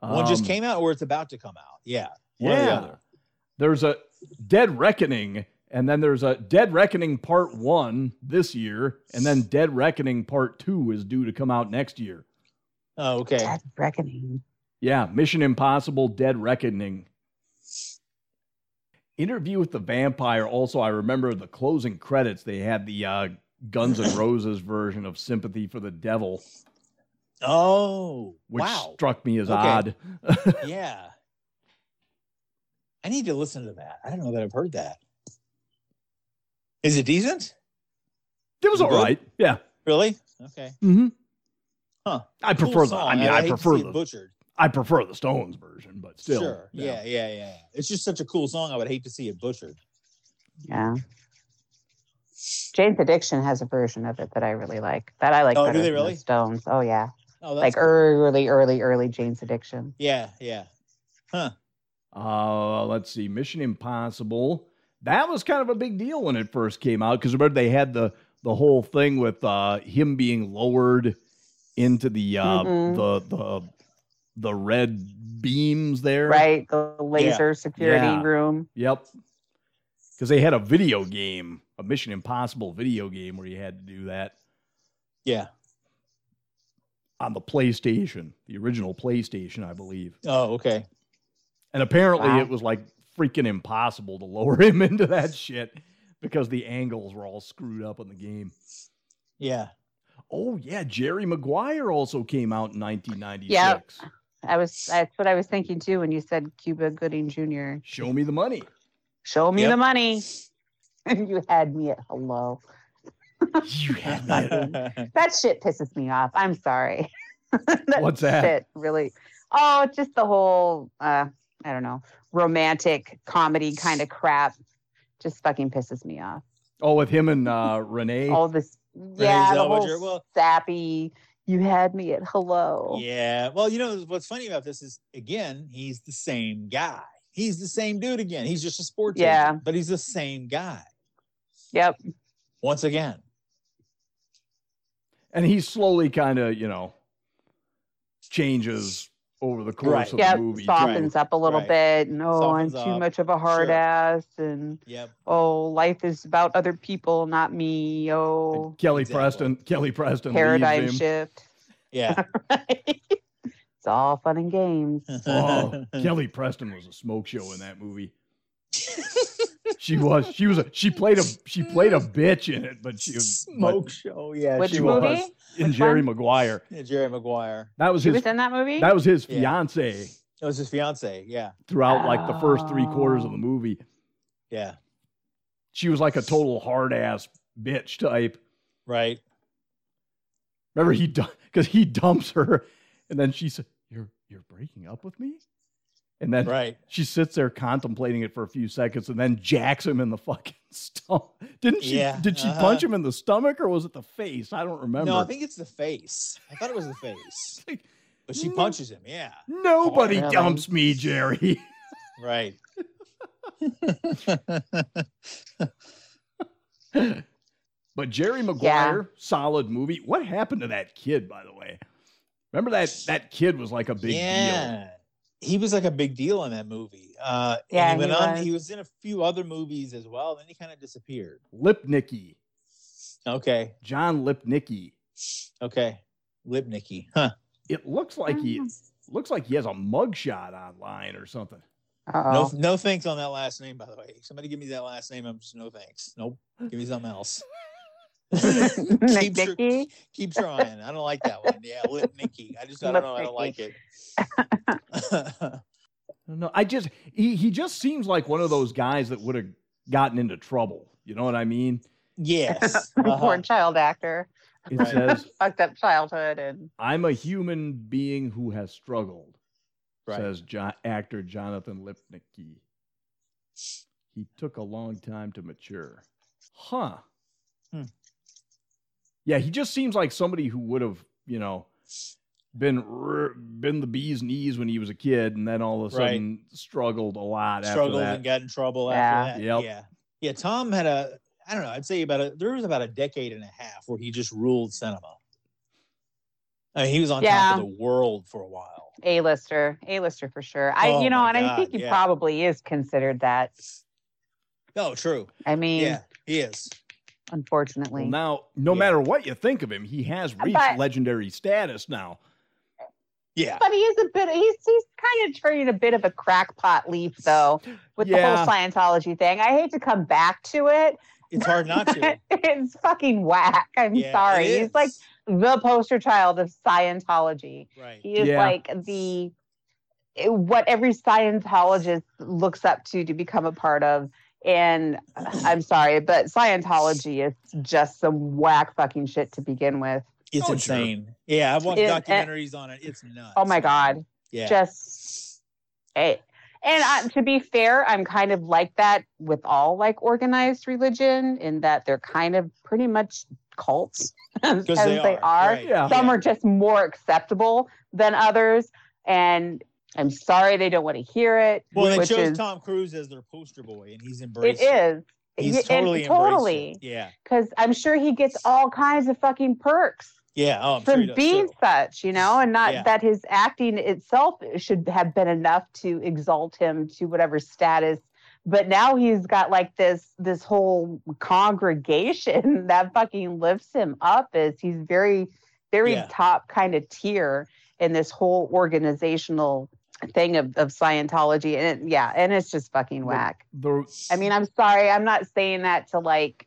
Speaker 8: one just
Speaker 7: Um,
Speaker 8: came out, or it's about to come out. Yeah, one or the
Speaker 7: Yeah.
Speaker 8: other.
Speaker 7: There's a Dead Reckoning, and then there's a Dead Reckoning Part One this year, and then Dead Reckoning Part Two is due to come out next year.
Speaker 8: Oh, okay.
Speaker 5: Dead Reckoning.
Speaker 7: Yeah, Mission Impossible, Dead Reckoning. Interview with the Vampire. Also, I remember the closing credits. They had the uh, Guns N' Roses version of Sympathy for the Devil,
Speaker 8: Oh,
Speaker 7: which
Speaker 8: wow.
Speaker 7: struck me as
Speaker 8: Okay.
Speaker 7: odd.
Speaker 8: yeah. I need to listen to that. I don't know that I've heard that. Is it decent?
Speaker 7: It was
Speaker 8: Good.
Speaker 7: all right. Yeah.
Speaker 8: Really? Okay.
Speaker 7: hmm
Speaker 8: Huh.
Speaker 7: I
Speaker 8: Cool
Speaker 7: prefer the.
Speaker 8: song.
Speaker 7: I mean,
Speaker 8: I,
Speaker 7: I,
Speaker 8: hate to
Speaker 7: prefer
Speaker 8: see it
Speaker 7: the.
Speaker 8: butchered.
Speaker 7: I prefer the Stones version, but still.
Speaker 8: Sure. Yeah. yeah, yeah, yeah. It's just such a cool song. I would hate to see it butchered.
Speaker 5: Yeah. Jane's Addiction has a version of it that I really like. That I like
Speaker 8: Oh, do
Speaker 5: better
Speaker 8: they
Speaker 5: than the
Speaker 8: really?
Speaker 5: Stones. Oh yeah.
Speaker 8: Oh, that's
Speaker 5: like
Speaker 8: cool.
Speaker 5: early, early, early Jane's Addiction.
Speaker 8: yeah, yeah.
Speaker 7: Uh, let's see, Mission Impossible. That was kind of a big deal when it first came out because remember they had the the whole thing with uh, him being lowered into the uh,
Speaker 5: Mhm.
Speaker 7: the the the red beams there.
Speaker 5: Right? The laser security
Speaker 7: Yeah.
Speaker 5: room.
Speaker 7: Yep. Because they had a video game, a Mission Impossible video game where you had to do that
Speaker 8: Yeah.
Speaker 7: on the PlayStation, the original PlayStation, I believe.
Speaker 8: Oh, okay.
Speaker 7: And apparently
Speaker 5: Wow.
Speaker 7: it was like freaking impossible to lower him into that shit because the angles were all screwed up on the game.
Speaker 8: Yeah.
Speaker 7: Oh yeah, Jerry Maguire also came out in 1996.
Speaker 5: I was that's what I was thinking too when you said Cuba Gooding Jr.
Speaker 7: Show me the money.
Speaker 5: Show me
Speaker 8: Yep.
Speaker 5: the money. And you had me at hello.
Speaker 7: You had me at-
Speaker 8: yeah.
Speaker 5: That shit pisses me off. I'm sorry. that
Speaker 7: What's that?
Speaker 5: Shit really. Oh, just the whole uh, I don't know, romantic comedy kind of crap just fucking pisses me off.
Speaker 7: Oh, with him and uh, Renee.
Speaker 5: All this yeah, the
Speaker 8: Zellweger,
Speaker 5: whole
Speaker 8: well-
Speaker 5: sappy you had me at hello.
Speaker 8: Well, you know what's funny about this is again, he's the same guy. He's the same dude again. He's just a sports
Speaker 5: Yeah.
Speaker 8: agent, but he's the same guy
Speaker 5: Yep.
Speaker 8: once again.
Speaker 7: And he slowly kind of, you know, changes over the course
Speaker 8: Right.
Speaker 7: of
Speaker 5: Yep.
Speaker 7: the movie.
Speaker 5: Softens up a little
Speaker 8: Right.
Speaker 5: bit. No,
Speaker 8: Softens
Speaker 5: I'm too
Speaker 8: up.
Speaker 5: much of a hard
Speaker 8: Sure.
Speaker 5: ass and
Speaker 8: Yep.
Speaker 5: oh, life is about other people, not me. Oh,
Speaker 7: And Kelly
Speaker 8: Exactly.
Speaker 7: Preston. Kelly Preston. leaves
Speaker 5: paradigm
Speaker 7: him.
Speaker 5: shift.
Speaker 8: Yeah.
Speaker 5: it's all fun and games.
Speaker 7: Oh, Kelly Preston was a smoke show in that movie. she was. She was a. She played a. She played a bitch in it, but she was
Speaker 8: Smoke show. Yeah.
Speaker 5: Which
Speaker 8: she
Speaker 7: was.
Speaker 5: movie?
Speaker 7: in
Speaker 5: Which
Speaker 7: Jerry
Speaker 5: one?
Speaker 7: Maguire.
Speaker 8: Yeah, Jerry Maguire.
Speaker 7: That was
Speaker 5: She
Speaker 7: his.
Speaker 5: was in that movie?
Speaker 7: That was his
Speaker 8: Yeah.
Speaker 7: fiance
Speaker 8: It was his fiance. Yeah.
Speaker 7: throughout like the first three quarters of the
Speaker 5: Oh.
Speaker 7: movie.
Speaker 8: Yeah.
Speaker 7: She was like a total hard ass bitch type.
Speaker 8: Right.
Speaker 7: Remember he because he dumps her, and then she said, "You're you're breaking up with me," and then
Speaker 8: Right.
Speaker 7: she sits there contemplating it for a few seconds, and then jacks him in the fucking stomach. Didn't she?
Speaker 8: Yeah,
Speaker 7: did she
Speaker 8: uh-huh.
Speaker 7: punch him in the stomach or was it the face? I don't remember.
Speaker 8: No, I think it's the face. I thought it was the face.
Speaker 7: It's like,
Speaker 8: But she
Speaker 5: Hmm.
Speaker 7: No.
Speaker 8: punches him. Yeah.
Speaker 7: Nobody
Speaker 5: Really?
Speaker 7: dumps me, Jerry.
Speaker 8: Right.
Speaker 7: But Jerry Maguire, solid movie. What happened to that kid, by the way? Remember that that kid was like a big deal.
Speaker 8: He was like a big deal in that movie. Uh, and
Speaker 5: Yeah,
Speaker 8: he
Speaker 5: he
Speaker 8: went on.
Speaker 5: was.
Speaker 8: He was in a few other movies as well. Then he kind of disappeared.
Speaker 7: Lipnicki,
Speaker 8: Okay,
Speaker 7: John Lipnicki.
Speaker 8: okay, Lipnicki, huh? Mm.
Speaker 7: It looks like he looks like he has a mugshot online or something.
Speaker 5: Uh-oh.
Speaker 8: No, no thanks on that last name, by the way. Somebody give me that last name. I'm just no thanks. Nope. Give me something else. keep, tr-
Speaker 5: Nicky?
Speaker 8: keep trying. I don't like that one. Yeah, Lip Nicky. I just I don't know. I don't like it.
Speaker 7: No, I just he he just seems like one of those guys that would have gotten into trouble. You know what I mean?
Speaker 8: yes.
Speaker 5: Poor
Speaker 8: Uh-huh.
Speaker 5: child actor.
Speaker 7: It
Speaker 8: Right.
Speaker 7: says,
Speaker 5: Fucked up childhood and
Speaker 7: "I'm a human being who has struggled,"
Speaker 8: Right.
Speaker 7: says jo- actor Jonathan Lipnicki. He took a long time to mature. Huh.
Speaker 8: Hmm.
Speaker 7: Yeah, he just seems like somebody who would have, you know, been r- been the bee's knees when he was a kid, and then all of a
Speaker 8: Right.
Speaker 7: sudden struggled a lot.
Speaker 8: struggled
Speaker 7: after that.
Speaker 8: and got in trouble
Speaker 5: Yeah.
Speaker 8: after that.
Speaker 7: Yep.
Speaker 8: Yeah. Yeah. Tom had a, I don't know, I'd say about a, there was about a decade and a half where he just ruled cinema. I mean, he was on top
Speaker 5: Yeah.
Speaker 8: of the world for a while.
Speaker 5: A-lister, A-lister for sure. I,
Speaker 8: Oh
Speaker 5: you know,
Speaker 8: my
Speaker 5: and I
Speaker 8: God,
Speaker 5: think he
Speaker 8: yeah.
Speaker 5: probably is considered that.
Speaker 8: No, Oh, true.
Speaker 5: I mean,
Speaker 8: Yeah, he is.
Speaker 5: unfortunately.
Speaker 7: Well, now, no
Speaker 8: Yeah.
Speaker 7: matter what you think of him, he has reached
Speaker 5: But-
Speaker 7: legendary status now.
Speaker 8: Yeah.
Speaker 5: But he is a bit. He's he's kind of turning a bit of a crackpot leaf, though, with the
Speaker 7: Yeah.
Speaker 5: whole Scientology thing. I hate to come back to it.
Speaker 8: It's hard not to.
Speaker 5: it's fucking whack. I'm
Speaker 8: Yeah,
Speaker 5: sorry.
Speaker 8: it
Speaker 5: He's like
Speaker 8: is.
Speaker 5: the poster child of Scientology.
Speaker 8: right.
Speaker 5: He is
Speaker 7: Yeah.
Speaker 5: like the what every Scientologist looks up to to become a part of. And uh, I'm sorry, but Scientology is just some whack fucking shit to begin with.
Speaker 8: It's
Speaker 7: Oh, sure.
Speaker 8: insane. Yeah, I've watched
Speaker 5: It- it-
Speaker 8: documentaries on it. It's nuts.
Speaker 5: Oh my god.
Speaker 8: Yeah.
Speaker 5: just hey and I, to be fair i'm kind of like that with all like organized religion in that they're kind of pretty much cults as
Speaker 8: because
Speaker 5: they, are
Speaker 8: right,
Speaker 7: Yeah.
Speaker 5: some are just more acceptable than others and i'm sorry they don't want to hear it
Speaker 8: Well, they
Speaker 5: which
Speaker 8: chose
Speaker 5: is
Speaker 8: Tom Cruise as their poster boy, and he's
Speaker 5: it
Speaker 8: embraced.
Speaker 5: is
Speaker 8: He's
Speaker 5: Yeah, and
Speaker 8: totally embraced
Speaker 5: totally
Speaker 8: it. Yeah.
Speaker 5: because i'm sure he gets all kinds of fucking perks
Speaker 8: Yeah. Oh, I'm sure he
Speaker 5: from
Speaker 8: does,
Speaker 5: being
Speaker 8: too.
Speaker 5: such, you know, and not
Speaker 8: Yeah.
Speaker 5: that his acting itself should have been enough to exalt him to whatever status. But now he's got like this this whole congregation that fucking lifts him up as he's very, very
Speaker 8: Yeah.
Speaker 5: top kind of tier in this whole organizational thing of, of Scientology. And it, yeah, and it's just fucking whack.
Speaker 7: The,
Speaker 5: I mean, I'm sorry. I'm not saying that to like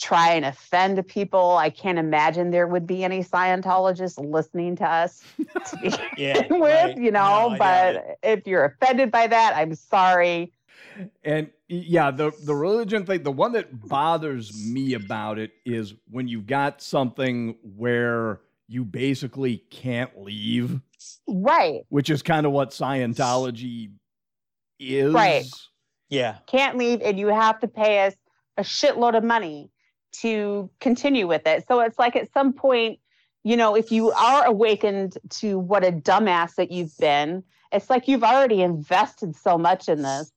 Speaker 5: try and offend people. I can't imagine there would be any Scientologists listening to us to begin
Speaker 8: Yeah.
Speaker 5: with,
Speaker 8: right.
Speaker 5: you
Speaker 8: No,
Speaker 5: know.
Speaker 8: I doubt it.
Speaker 5: but if you're offended by that, I'm sorry.
Speaker 7: and yeah, the the religion thing, the one that bothers me about it is when you've got something where you basically can't leave,
Speaker 5: Right.
Speaker 7: which is kind of what Scientology is.
Speaker 5: Right.
Speaker 8: yeah.
Speaker 5: Can't leave, and you have to pay us a shitload of money to continue with it. So it's like at some point, you know, if you are awakened to what a dumbass that you've been, it's like you've already invested so much in this.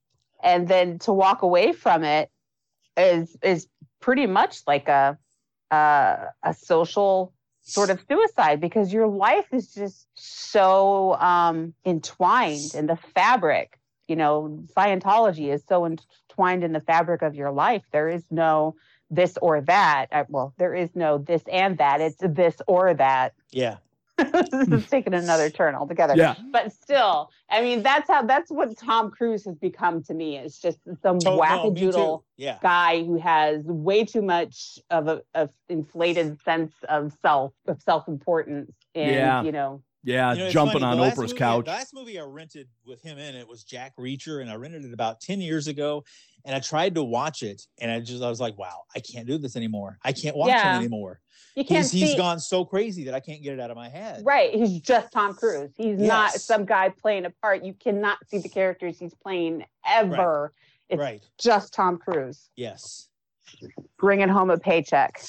Speaker 5: And then to walk away from it is is pretty much like a uh, a social sort of suicide because your life is just so um, entwined in the fabric. You know, Scientology is so entwined in the fabric of your life. There is no this or that. Uh, Well, there is no this and that. It's this or that.
Speaker 8: Yeah.
Speaker 5: this is taking another turn altogether.
Speaker 7: Yeah.
Speaker 5: But still, I mean, that's how that's what Tom Cruise has become to me. It's just some
Speaker 8: Oh, no, me
Speaker 5: wackadoodle
Speaker 8: too. Yeah.
Speaker 5: guy who has way too much of a of inflated sense of self of self importance and
Speaker 7: Yeah.
Speaker 5: you know
Speaker 7: Yeah,
Speaker 8: You know, it's
Speaker 7: Uh, jumping
Speaker 8: funny,
Speaker 7: on
Speaker 8: the last
Speaker 7: Oprah's
Speaker 8: movie-
Speaker 7: couch.
Speaker 8: The last movie I rented with him in it was Jack Reacher, and I rented it about 10 years ago. And I tried to watch it, and I just, I was like, wow, I can't do this anymore. I can't watch
Speaker 5: Yeah.
Speaker 8: him anymore.
Speaker 5: you can't
Speaker 8: He's,
Speaker 5: see
Speaker 8: he's gone so crazy that I can't get it out of my head.
Speaker 5: right he's just Tom Cruise he's not
Speaker 8: Yes.
Speaker 5: some guy playing a part you cannot see the characters he's playing ever It's
Speaker 8: Right.
Speaker 5: just Tom Cruise
Speaker 8: Yes.
Speaker 5: bringing home a paycheck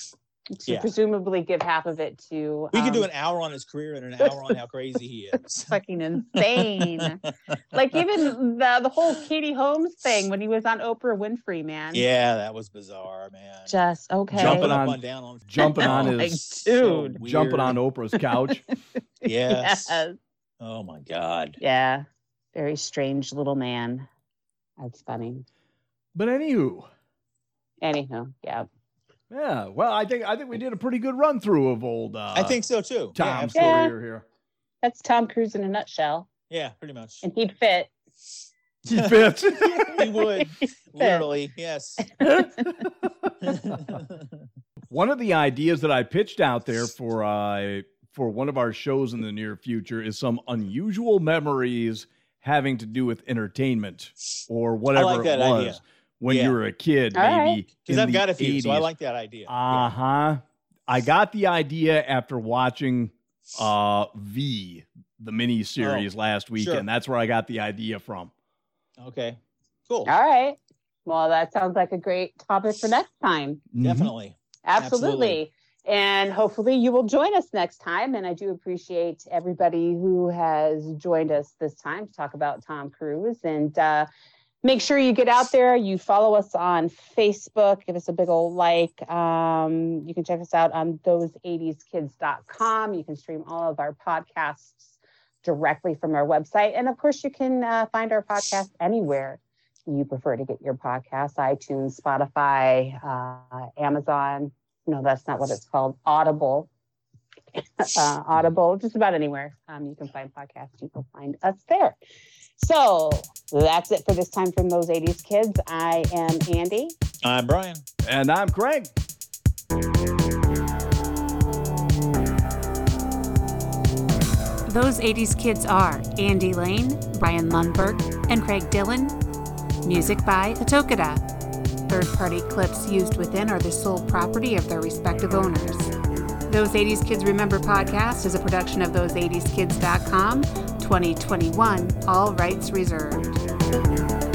Speaker 5: to
Speaker 8: Yeah.
Speaker 5: presumably give half of it to
Speaker 8: We could do
Speaker 5: um,
Speaker 8: an hour on his career and an hour on how crazy he is.
Speaker 5: fucking insane like even the the whole Katie Holmes thing when he was on Oprah Winfrey man
Speaker 8: yeah, that was bizarre, man.
Speaker 5: just okay
Speaker 7: Jumping
Speaker 8: Jumping up
Speaker 7: on-
Speaker 8: on down on
Speaker 7: jumping on
Speaker 8: Oh,
Speaker 7: his-
Speaker 8: so
Speaker 5: dude.
Speaker 7: Jumping on
Speaker 8: weird.
Speaker 7: Oprah's couch.
Speaker 8: Yes.
Speaker 5: yes.
Speaker 8: Oh my God.
Speaker 5: Yeah. Very strange little man. That's funny.
Speaker 7: but anywho,
Speaker 5: Anywho, yeah.
Speaker 7: yeah. Well, I think I think we did a pretty good run through of old uh,
Speaker 8: I think so too. Yeah,
Speaker 7: Tom's
Speaker 5: absolutely.
Speaker 7: career here.
Speaker 5: That's Tom Cruise in a nutshell.
Speaker 8: Yeah, pretty much.
Speaker 5: And he'd fit.
Speaker 7: He fits.
Speaker 6: he would literally yes.
Speaker 7: one of the ideas that I pitched out there for uh, for one of our shows in the near future is some unusual memories having to do with entertainment or whatever it
Speaker 6: that
Speaker 7: was
Speaker 6: idea.
Speaker 7: when
Speaker 6: Yeah.
Speaker 7: you were a kid,
Speaker 5: All right.
Speaker 7: maybe.
Speaker 6: Because
Speaker 7: in
Speaker 6: I've
Speaker 7: the
Speaker 6: got a few, so I
Speaker 7: 80s.
Speaker 6: like that idea.
Speaker 7: Uh huh. I got the idea after watching uh V, the mini series last weekend.
Speaker 6: Oh, sure.
Speaker 7: That's where I got the idea from.
Speaker 6: Yeah. Okay. Cool.
Speaker 5: All right. Well, that sounds like a great topic for next time.
Speaker 7: Mm-hmm.
Speaker 6: Definitely.
Speaker 5: Absolutely.
Speaker 6: Absolutely.
Speaker 5: And hopefully you will join us next time. And I do appreciate everybody who has joined us this time to talk about Tom Cruise. And uh, make sure you get out there. You follow us on Facebook. Give us a big old like. Um, you can check us out on those80skids.com. You can stream all of our podcasts directly from our website. And of course, you can uh, find our podcast anywhere you prefer to get your podcasts iTunes, Spotify, uh, Amazon. No, that's not what it's called. Audible. uh, Audible, just about anywhere um, you can find podcasts, you can find us there. So that's it for this time from those 80s kids. I am Andy.
Speaker 6: I'm Brian.
Speaker 7: Mm-hmm. And I'm Craig.
Speaker 3: Those 80s Kids are Andy Lane, Brian Lundberg, and Craig Dillon. Music by Atokada. Third party clips used within are the sole property of their respective owners. Those 80s Kids Remember podcast is a production of Those80sKids.com, 2021, all rights reserved.